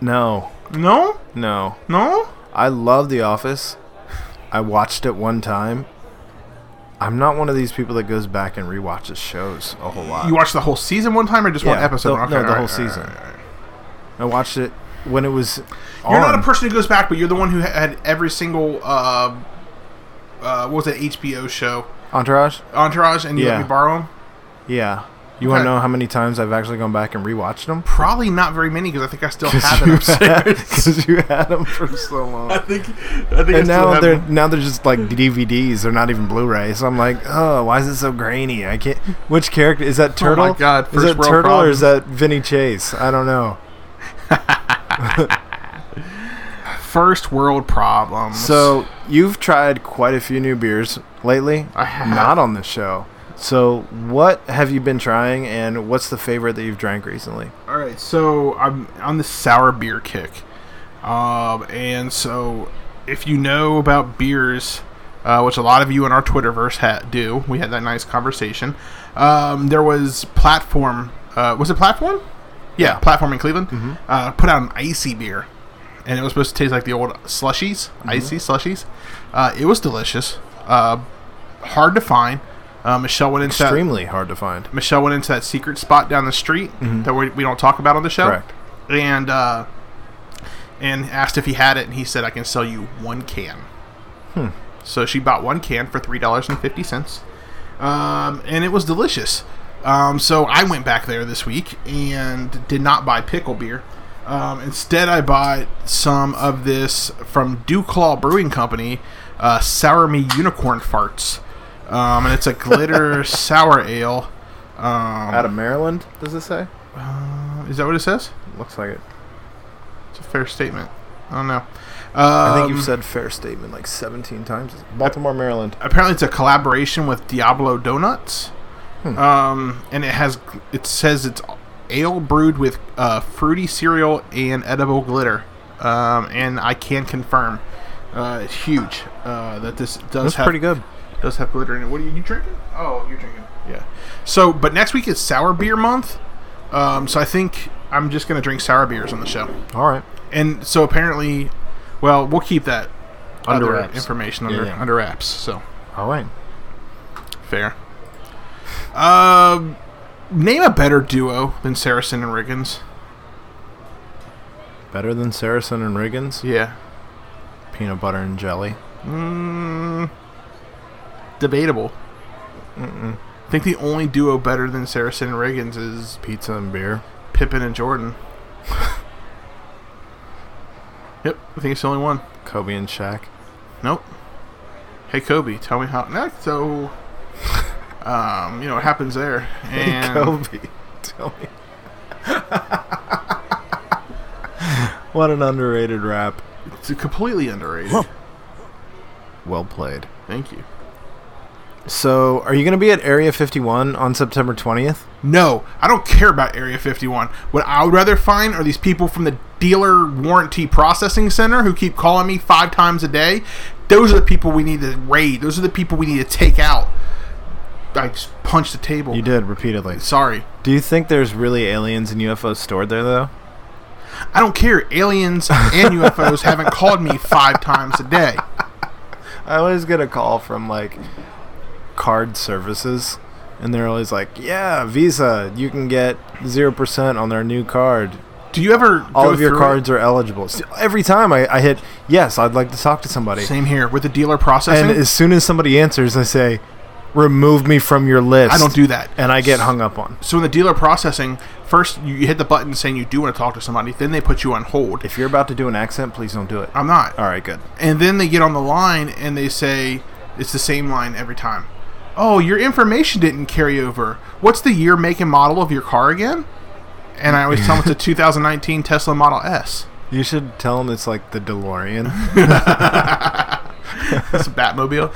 Speaker 6: No,
Speaker 7: No,
Speaker 6: no.
Speaker 7: no.
Speaker 6: I love The Office. I watched it one time. I'm not one of these people that goes back and rewatches shows a whole lot.
Speaker 7: You watched the whole season one time or just one
Speaker 6: Yeah,
Speaker 7: episode?
Speaker 6: the-
Speaker 7: Okay,
Speaker 6: no, the
Speaker 7: all
Speaker 6: whole
Speaker 7: right,
Speaker 6: season.
Speaker 7: all right, all right.
Speaker 6: I watched it when it was.
Speaker 7: You're not
Speaker 6: on.
Speaker 7: a person who goes back, but you're the one who had every single uh, uh, what was that HBO show
Speaker 6: Entourage.
Speaker 7: Entourage, and you
Speaker 6: Yeah.
Speaker 7: let me borrow them.
Speaker 6: Yeah. You want to
Speaker 7: Okay.
Speaker 6: know how many times I've actually gone back and rewatched them?
Speaker 7: Probably not very many because I think I still have it upstairs.
Speaker 6: Because you had them for so
Speaker 7: I
Speaker 6: long.
Speaker 7: think, I think I
Speaker 6: And
Speaker 7: still
Speaker 6: now
Speaker 7: have
Speaker 6: they're
Speaker 7: them.
Speaker 6: now they're just like DVDs. They're not even Blu-rays. So I'm like, oh, why is it so grainy? I can't. Which character is that? Turtle?
Speaker 7: Oh God,
Speaker 6: is
Speaker 7: first
Speaker 6: that
Speaker 7: world
Speaker 6: Turtle or is that Vinny Chase? I don't know.
Speaker 7: first world problems.
Speaker 6: So you've tried quite a few new beers lately.
Speaker 7: I have.
Speaker 6: Not on this show. So what have you been trying, and what's the favorite that you've drank recently?
Speaker 7: all right, so I'm on this sour beer kick, um, and so if you know about beers, uh, which a lot of you in our Twitterverse ha- do. We had that nice conversation. Um, there was platform. Uh, was it platform? Yeah, platform in Cleveland. Uh, put out an icy beer, and it was supposed to taste like the old slushies, icy slushies. Uh, it was delicious. Uh, hard to find. Uh, Michelle went into that-
Speaker 6: Extremely hard to find.
Speaker 7: Michelle went into that secret spot down the street
Speaker 6: Mhm.
Speaker 7: that we, we don't talk about on the show,
Speaker 6: Correct.
Speaker 7: and uh, and asked if he had it, and he said, "I can sell you one can."
Speaker 6: Hmm.
Speaker 7: So she bought one can for three dollars and fifty cents, um, and it was delicious. Um, so I went back there this week and did not buy pickle beer. Um, instead, I bought some of this from Dewclaw Brewing Company, uh, Sour Me Unicorn Farts, um, and it's a glitter sour ale. Um,
Speaker 6: Out of Maryland, does it say?
Speaker 7: is that what it says?
Speaker 6: Looks like it.
Speaker 7: It's a fair statement. I don't know.
Speaker 6: I think you've
Speaker 7: Um,
Speaker 6: said fair statement like 17 times. Baltimore, Maryland.
Speaker 7: apparently it's a collaboration with Diablo Donuts.
Speaker 6: Hmm.
Speaker 7: Um, and it has it says it's ale brewed with uh, fruity cereal and edible glitter. Um, and I can confirm, uh, it's huge. Uh, that this does
Speaker 6: That's
Speaker 7: have,
Speaker 6: pretty good.
Speaker 7: Does have glitter in it. What are you, you drinking? Oh, you're drinking. Yeah. So, but next week is sour beer month. Um, so I think I'm just gonna drink sour beers on the show.
Speaker 6: All right.
Speaker 7: And so apparently, well, we'll keep that
Speaker 6: Under
Speaker 7: other
Speaker 6: wraps.
Speaker 7: information
Speaker 6: Yeah,
Speaker 7: under
Speaker 6: yeah.
Speaker 7: under wraps. So
Speaker 6: All right.
Speaker 7: Fair. Um, name a better duo than Saracen and Riggins.
Speaker 6: Better than Saracen and Riggins?
Speaker 7: Yeah.
Speaker 6: Peanut butter and jelly.
Speaker 7: Mm, debatable.
Speaker 6: Mm-mm.
Speaker 7: I think the only duo better than Saracen and Riggins is
Speaker 6: Pizza and beer.
Speaker 7: Pippin and Jordan. yep, I think it's the only one.
Speaker 6: Kobe and Shaq.
Speaker 7: Nope. Hey Kobe, tell me how. Nah, so, um, you know what happens there. And
Speaker 6: Kobe. Tell me. what an underrated rap.
Speaker 7: It's completely underrated.
Speaker 6: Well played.
Speaker 7: Thank you.
Speaker 6: So, are you going to be at Area 51 on September 20th?
Speaker 7: No, I don't care about Area 51. What I would rather find are these people from the dealer warranty processing center who keep calling me five times a day. Those are the people we need to raid. Those are the people we need to take out. I just punched the table.
Speaker 6: You did repeatedly.
Speaker 7: Sorry.
Speaker 6: Do you think there's really aliens and UFOs stored there, though?
Speaker 7: I don't care. Aliens and UFOs haven't called me five times a day.
Speaker 6: I always get a call from like card services, and they're always like, "Yeah, Visa, you can get zero percent on their new card.
Speaker 7: Do you ever
Speaker 6: All
Speaker 7: go
Speaker 6: of your
Speaker 7: through
Speaker 6: cards are eligible." S every time I, I hit yes, I'd like to talk to somebody,
Speaker 7: it? Same here with the dealer
Speaker 6: and
Speaker 7: processing.
Speaker 6: as soon as somebody answers, I say, "Remove me from your list."
Speaker 7: I don't do that.
Speaker 6: and I get hung up on.
Speaker 7: So in the dealer processing, first you hit the button saying you do want to talk to somebody, then they put you on hold.
Speaker 6: If you're about to do an accent, please don't do it.
Speaker 7: I'm not.
Speaker 6: All right, good.
Speaker 7: and then they get on the line and they say it's the same line every time. Oh, your information didn't carry over. What's the year, make, and model of your car again? And I always tell them it's a 2019 Tesla Model S.
Speaker 6: You should tell them it's like the DeLorean.
Speaker 7: It's a Batmobile.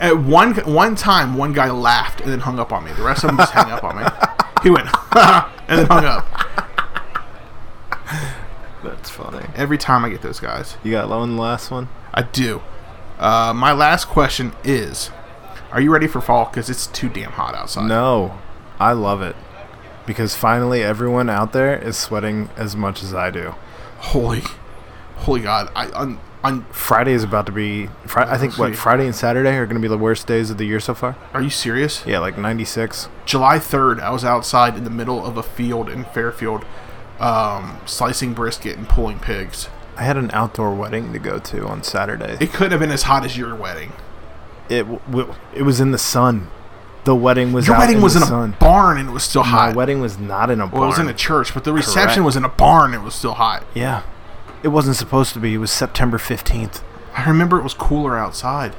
Speaker 7: At one one time, one guy laughed and then hung up on me. The rest of them just hung up on me. He went and then hung up.
Speaker 6: That's funny.
Speaker 7: Every time I get those guys.
Speaker 6: You got low in the last one.
Speaker 7: I do. Uh, my last question is: Are you ready for fall? Because it's too damn hot outside.
Speaker 6: No, I love it because finally everyone out there is sweating as much as I do.
Speaker 7: Holy, holy God! I on on.
Speaker 6: Friday is about to be. Fri- I think what
Speaker 7: see.
Speaker 6: Friday and Saturday are going to be the worst days of the year so far.
Speaker 7: Are you serious?
Speaker 6: Yeah, like 96.
Speaker 7: July third, I was outside in the middle of a field in Fairfield, um, slicing brisket and pulling pigs.
Speaker 6: I had an outdoor wedding to go to on Saturday. It
Speaker 7: It couldn't have been as hot as your wedding.
Speaker 6: it, w- w- it was in the sun. The wedding was
Speaker 7: Your
Speaker 6: out
Speaker 7: wedding was
Speaker 6: the
Speaker 7: in a
Speaker 6: sun.
Speaker 7: barn and it was still
Speaker 6: My
Speaker 7: hot.
Speaker 6: wedding was not in a barn.
Speaker 7: Well, it was in a church, but the reception
Speaker 6: Correct.
Speaker 7: was in a barn. and It was still hot.
Speaker 6: yeah, it wasn't supposed to be. It was September 15th,
Speaker 7: I remember it was cooler outside.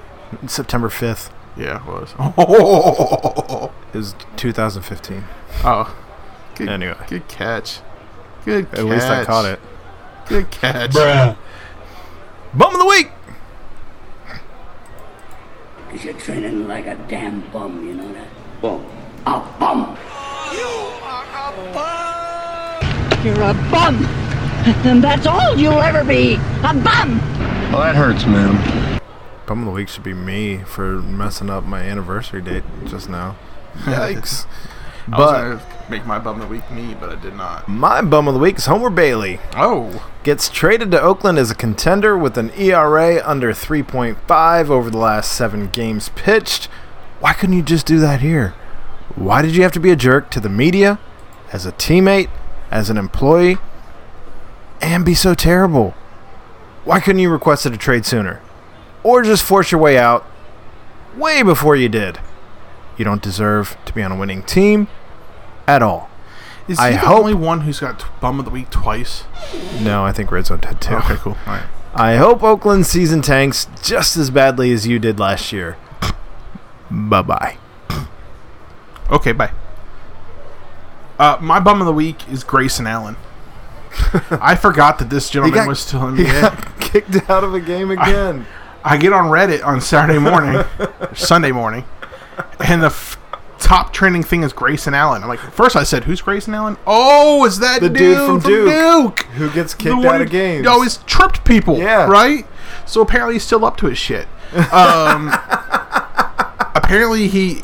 Speaker 6: September 5th.
Speaker 7: Yeah, it was. Oh,
Speaker 6: It was 2015.
Speaker 7: good,
Speaker 6: Anyway.
Speaker 7: Oh. good catch. Good catch.
Speaker 6: At least I caught it.
Speaker 7: Good catch.
Speaker 10: Bruh.
Speaker 6: Bum of the week.
Speaker 14: You're training like a damn bum, you know that? Bum. A bum.
Speaker 15: You're a bum. And that's all you'll ever be. A bum.
Speaker 13: Oh, that hurts, man.
Speaker 6: Bum of the week should be me for messing up my anniversary date just now. Yikes.
Speaker 7: I was gonna make my bum of the week me, but I did not.
Speaker 6: My bum of the week is Homer Bailey.
Speaker 7: Oh.
Speaker 6: Gets traded to Oakland as a contender with an ERA under 3.5 over the last seven games pitched. Why couldn't you just do that here? Why did you have to be a jerk to the media, as a teammate, as an employee, and be so terrible? Why couldn't you request it a trade sooner? Or just force your way out way before you did? You don't deserve to be on a winning team at all.
Speaker 7: Is
Speaker 6: I
Speaker 7: he the
Speaker 6: hope-
Speaker 7: only one who's got t- bum of the week twice?
Speaker 6: No, I think Red Zone did too.
Speaker 7: Okay, cool. All right.
Speaker 6: I hope Oakland season tanks just as badly as you did last year. bye bye.
Speaker 7: Okay, bye. Uh, my bum of the week is Grayson Allen. I forgot that this gentleman was still in the
Speaker 6: he got kicked out of a game again.
Speaker 7: I get on Reddit on Saturday morning, Sunday morning, and the f- top trending thing is Grayson Allen. I'm like, first I said, "Who's Grayson Allen?" Oh, is that
Speaker 6: the dude, from, Duke,
Speaker 7: Duke?
Speaker 6: who gets
Speaker 7: The
Speaker 6: kicked
Speaker 7: one
Speaker 6: out of
Speaker 7: who
Speaker 6: games.
Speaker 7: Always tripped people.
Speaker 6: Yeah.
Speaker 7: Right. So apparently he's still up to his shit. Um, apparently he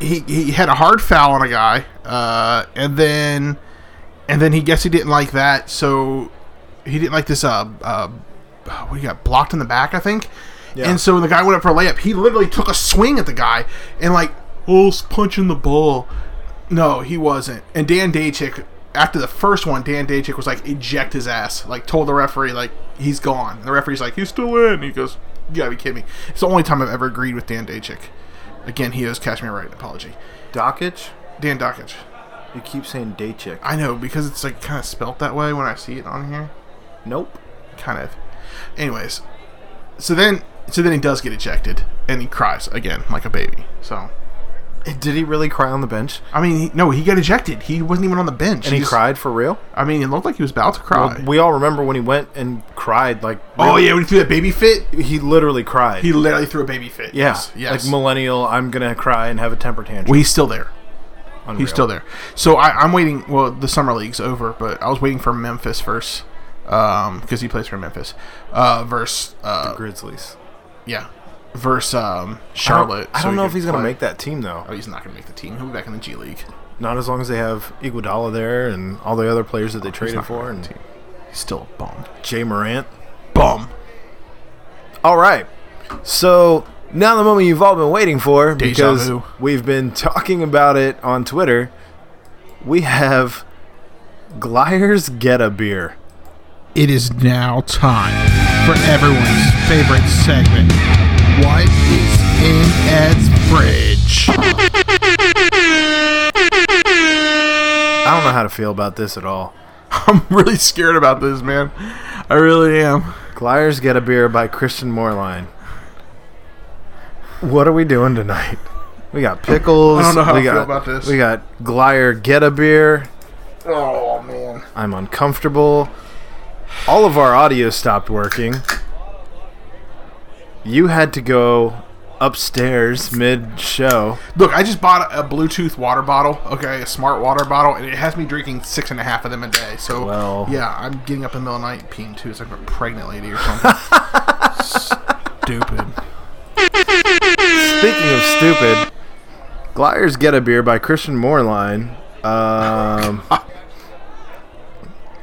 Speaker 7: he he had a hard foul on a guy, uh, and then and then he guess he didn't like that, so he didn't like this. Uh, uh, what he got blocked in the back, I think.
Speaker 6: Yeah.
Speaker 7: And so when the guy went up for a layup, he literally took a swing at the guy and like, oh, he's punching the ball. No, he wasn't. And Dan Daychick, after the first one, Dan Daychick was like, eject his ass. Like, told the referee, like, he's gone. And the referee's like, he's still in. He goes, you gotta be kidding me. It's the only time I've ever agreed with Dan Daychick. Again, he owes Cashmere Right. Apology.
Speaker 6: Dockage?
Speaker 7: Dan Dockage.
Speaker 6: You keep saying day chick.
Speaker 7: I know, because it's like kind of spelt that way when I see it on here.
Speaker 6: Nope.
Speaker 7: Kind of. Anyways, so then so then he does get ejected and he cries again like a baby. So
Speaker 6: Did he really cry on the bench?
Speaker 7: I mean, he, no, he got ejected. He wasn't even on the bench.
Speaker 6: And he
Speaker 7: just-
Speaker 6: cried for real?
Speaker 7: I mean, it looked like he was about to cry.
Speaker 6: Well, we all remember when he went and cried like
Speaker 7: oh yeah, when he threw that baby fit,
Speaker 6: he literally cried.
Speaker 7: he literally threw a baby fit.
Speaker 6: yeah,
Speaker 7: Yes, yes.
Speaker 6: like millennial, I'm gonna cry and have a temper tantrum.
Speaker 7: well, he's still there.
Speaker 6: Unreal.
Speaker 7: He's still there. So I, I'm waiting. Well, the summer league's over, but I was waiting for Memphis versus because he plays for Memphis uh, versus uh,
Speaker 6: Grizzlies.
Speaker 7: yeah versus um,
Speaker 6: I don't-
Speaker 7: Charlotte.
Speaker 6: I don't,
Speaker 7: so he
Speaker 6: know if
Speaker 7: can
Speaker 6: he's gonna
Speaker 7: play.
Speaker 6: make that team though.
Speaker 7: Oh, he's not gonna make the team. He'll be back in the G League.
Speaker 6: Not as long as they have Iguodala there and all the other players that they traded
Speaker 7: Oh, not gonna
Speaker 6: for
Speaker 7: make
Speaker 6: and
Speaker 7: the team. He's still a bum.
Speaker 6: Jay Morant.
Speaker 7: Bum.
Speaker 6: All right. So now the moment you've all been waiting for
Speaker 7: Deja
Speaker 6: because
Speaker 7: vu.
Speaker 6: we've been talking about it on Twitter. We have Gleyer's Get a Beer.
Speaker 8: It is now time for everyone's favorite segment. What is in Ed's fridge?
Speaker 6: I don't know how to feel about this at all.
Speaker 7: I'm really scared about this, man. I really am.
Speaker 6: Gleyer's Get a Beer by Christian Moreline. What are we doing tonight? We got pickles.
Speaker 7: I don't know how
Speaker 6: we
Speaker 7: I
Speaker 6: got,
Speaker 7: feel about this.
Speaker 6: We got Glyer Get a Beer.
Speaker 7: Oh man.
Speaker 6: I'm uncomfortable. All of our audio stopped working. You had to go upstairs mid show.
Speaker 7: Look, I just bought a, a Bluetooth water bottle. Okay, a smart water bottle, and it has me drinking six and a half of them a day. So
Speaker 6: Well.
Speaker 7: yeah, I'm getting up in the middle of the night peeing too. It's like a pregnant lady or something. Stupid.
Speaker 6: Speaking of stupid, Gleyer's Get a Beer by Christian Moreline. Um,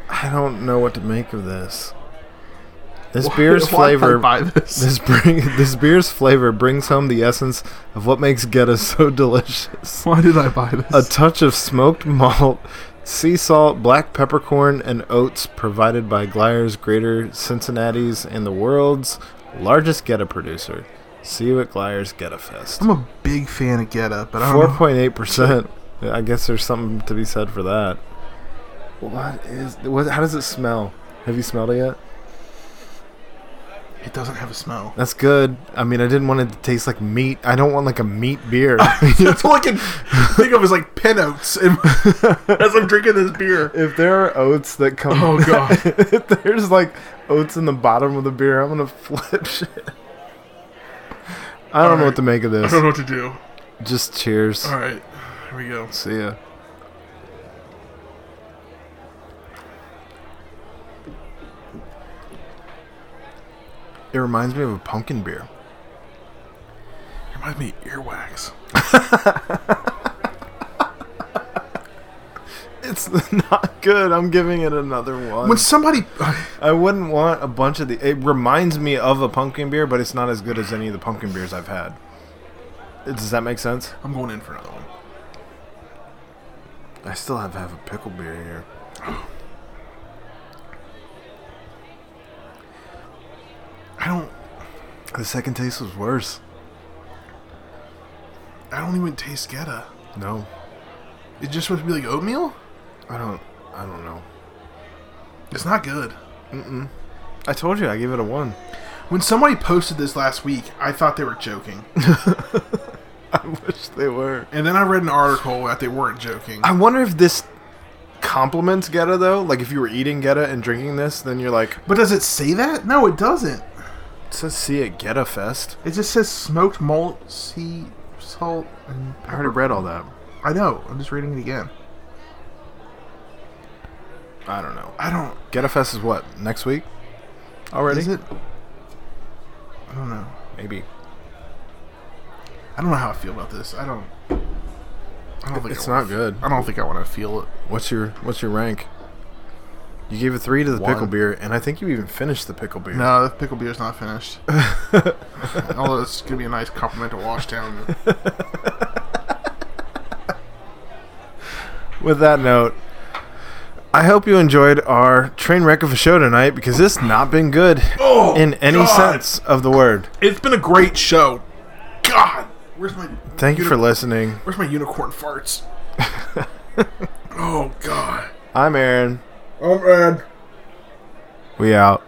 Speaker 6: I don't know what to make of this. This beer's
Speaker 7: Why did I
Speaker 6: flavor.
Speaker 7: buy this?
Speaker 6: This bring this beer's flavor brings home the essence of what makes Geta so delicious.
Speaker 7: Why did I buy this?
Speaker 6: A touch of smoked malt, sea salt, black peppercorn, and oats provided by Gleyer's Greater Cincinnati's and the world's largest Geta producer. See you at Gleyer's Geta Fest.
Speaker 7: I'm a big fan of Get Up, but I don't
Speaker 6: Four
Speaker 7: know.
Speaker 6: point eight percent. I guess there's something to be said for that. What is? What, how does it smell? Have you smelled it yet?
Speaker 7: It doesn't have a smell.
Speaker 6: That's good. I mean, I didn't want it to taste like meat. I don't want like a meat beer.
Speaker 7: That's all I can think of is like pin oats and- as I'm drinking this beer.
Speaker 6: if there are oats that come,
Speaker 7: Oh, God.
Speaker 6: if there's like oats in the bottom of the beer, I'm gonna flip shit. I don't know what to make of
Speaker 7: I
Speaker 6: this.
Speaker 7: don't know what to do.
Speaker 6: Just cheers.
Speaker 7: All right, here we go.
Speaker 6: See ya. It reminds me of a pumpkin beer.
Speaker 7: reminds me of earwax.
Speaker 6: it's not good. I'm giving it another one.
Speaker 7: When somebody,
Speaker 6: I wouldn't want a bunch of the. It reminds me of a pumpkin beer, but it's not as good as any of the pumpkin beers I've had. Does that make sense?
Speaker 7: I'm going in for another one.
Speaker 6: I still have have a pickle beer here.
Speaker 7: I don't.
Speaker 6: The second taste was worse.
Speaker 7: I don't even taste Geta.
Speaker 6: No,
Speaker 7: It's just supposed to be like oatmeal.
Speaker 6: I don't. I don't know.
Speaker 7: It's not good.
Speaker 6: Mm-mm. I told you I gave it a one.
Speaker 7: When somebody posted this last week, I thought they were joking.
Speaker 6: I wish they were.
Speaker 7: And then I read an article that they weren't joking.
Speaker 6: I wonder if this compliments Geta though. Like if you were eating Geta and drinking this, then you're like,
Speaker 7: But does it say that? No, it doesn't.
Speaker 6: it says see at Geta Fest.
Speaker 7: It just says smoked malt, sea salt, and
Speaker 6: I already read all that.
Speaker 7: I know. I'm just reading it again.
Speaker 6: I don't know.
Speaker 7: I don't.
Speaker 6: Geta Fest is what next week? Already?
Speaker 7: Is it? I don't know.
Speaker 6: Maybe.
Speaker 7: I don't know how I feel about this. I don't. I don't think
Speaker 6: It's
Speaker 7: I wanna
Speaker 6: not good.
Speaker 7: f- I don't think I want to feel it.
Speaker 6: What's your What's your rank? You gave a three to the pickle
Speaker 7: One.
Speaker 6: beer, and I think you even finished the pickle beer.
Speaker 7: No, the pickle beer's not finished. Although it's gonna be a nice compliment to wash down.
Speaker 6: With that note, I hope you enjoyed our train wreck of a show tonight because it's not been good
Speaker 7: Oh,
Speaker 6: in any
Speaker 7: God.
Speaker 6: sense of the word.
Speaker 7: It's been a great show. God, where's my
Speaker 6: Thank you
Speaker 7: uni-
Speaker 6: for listening.
Speaker 7: Where's my unicorn farts? oh God.
Speaker 6: I'm Aaron.
Speaker 7: I'm Ed.
Speaker 6: We out.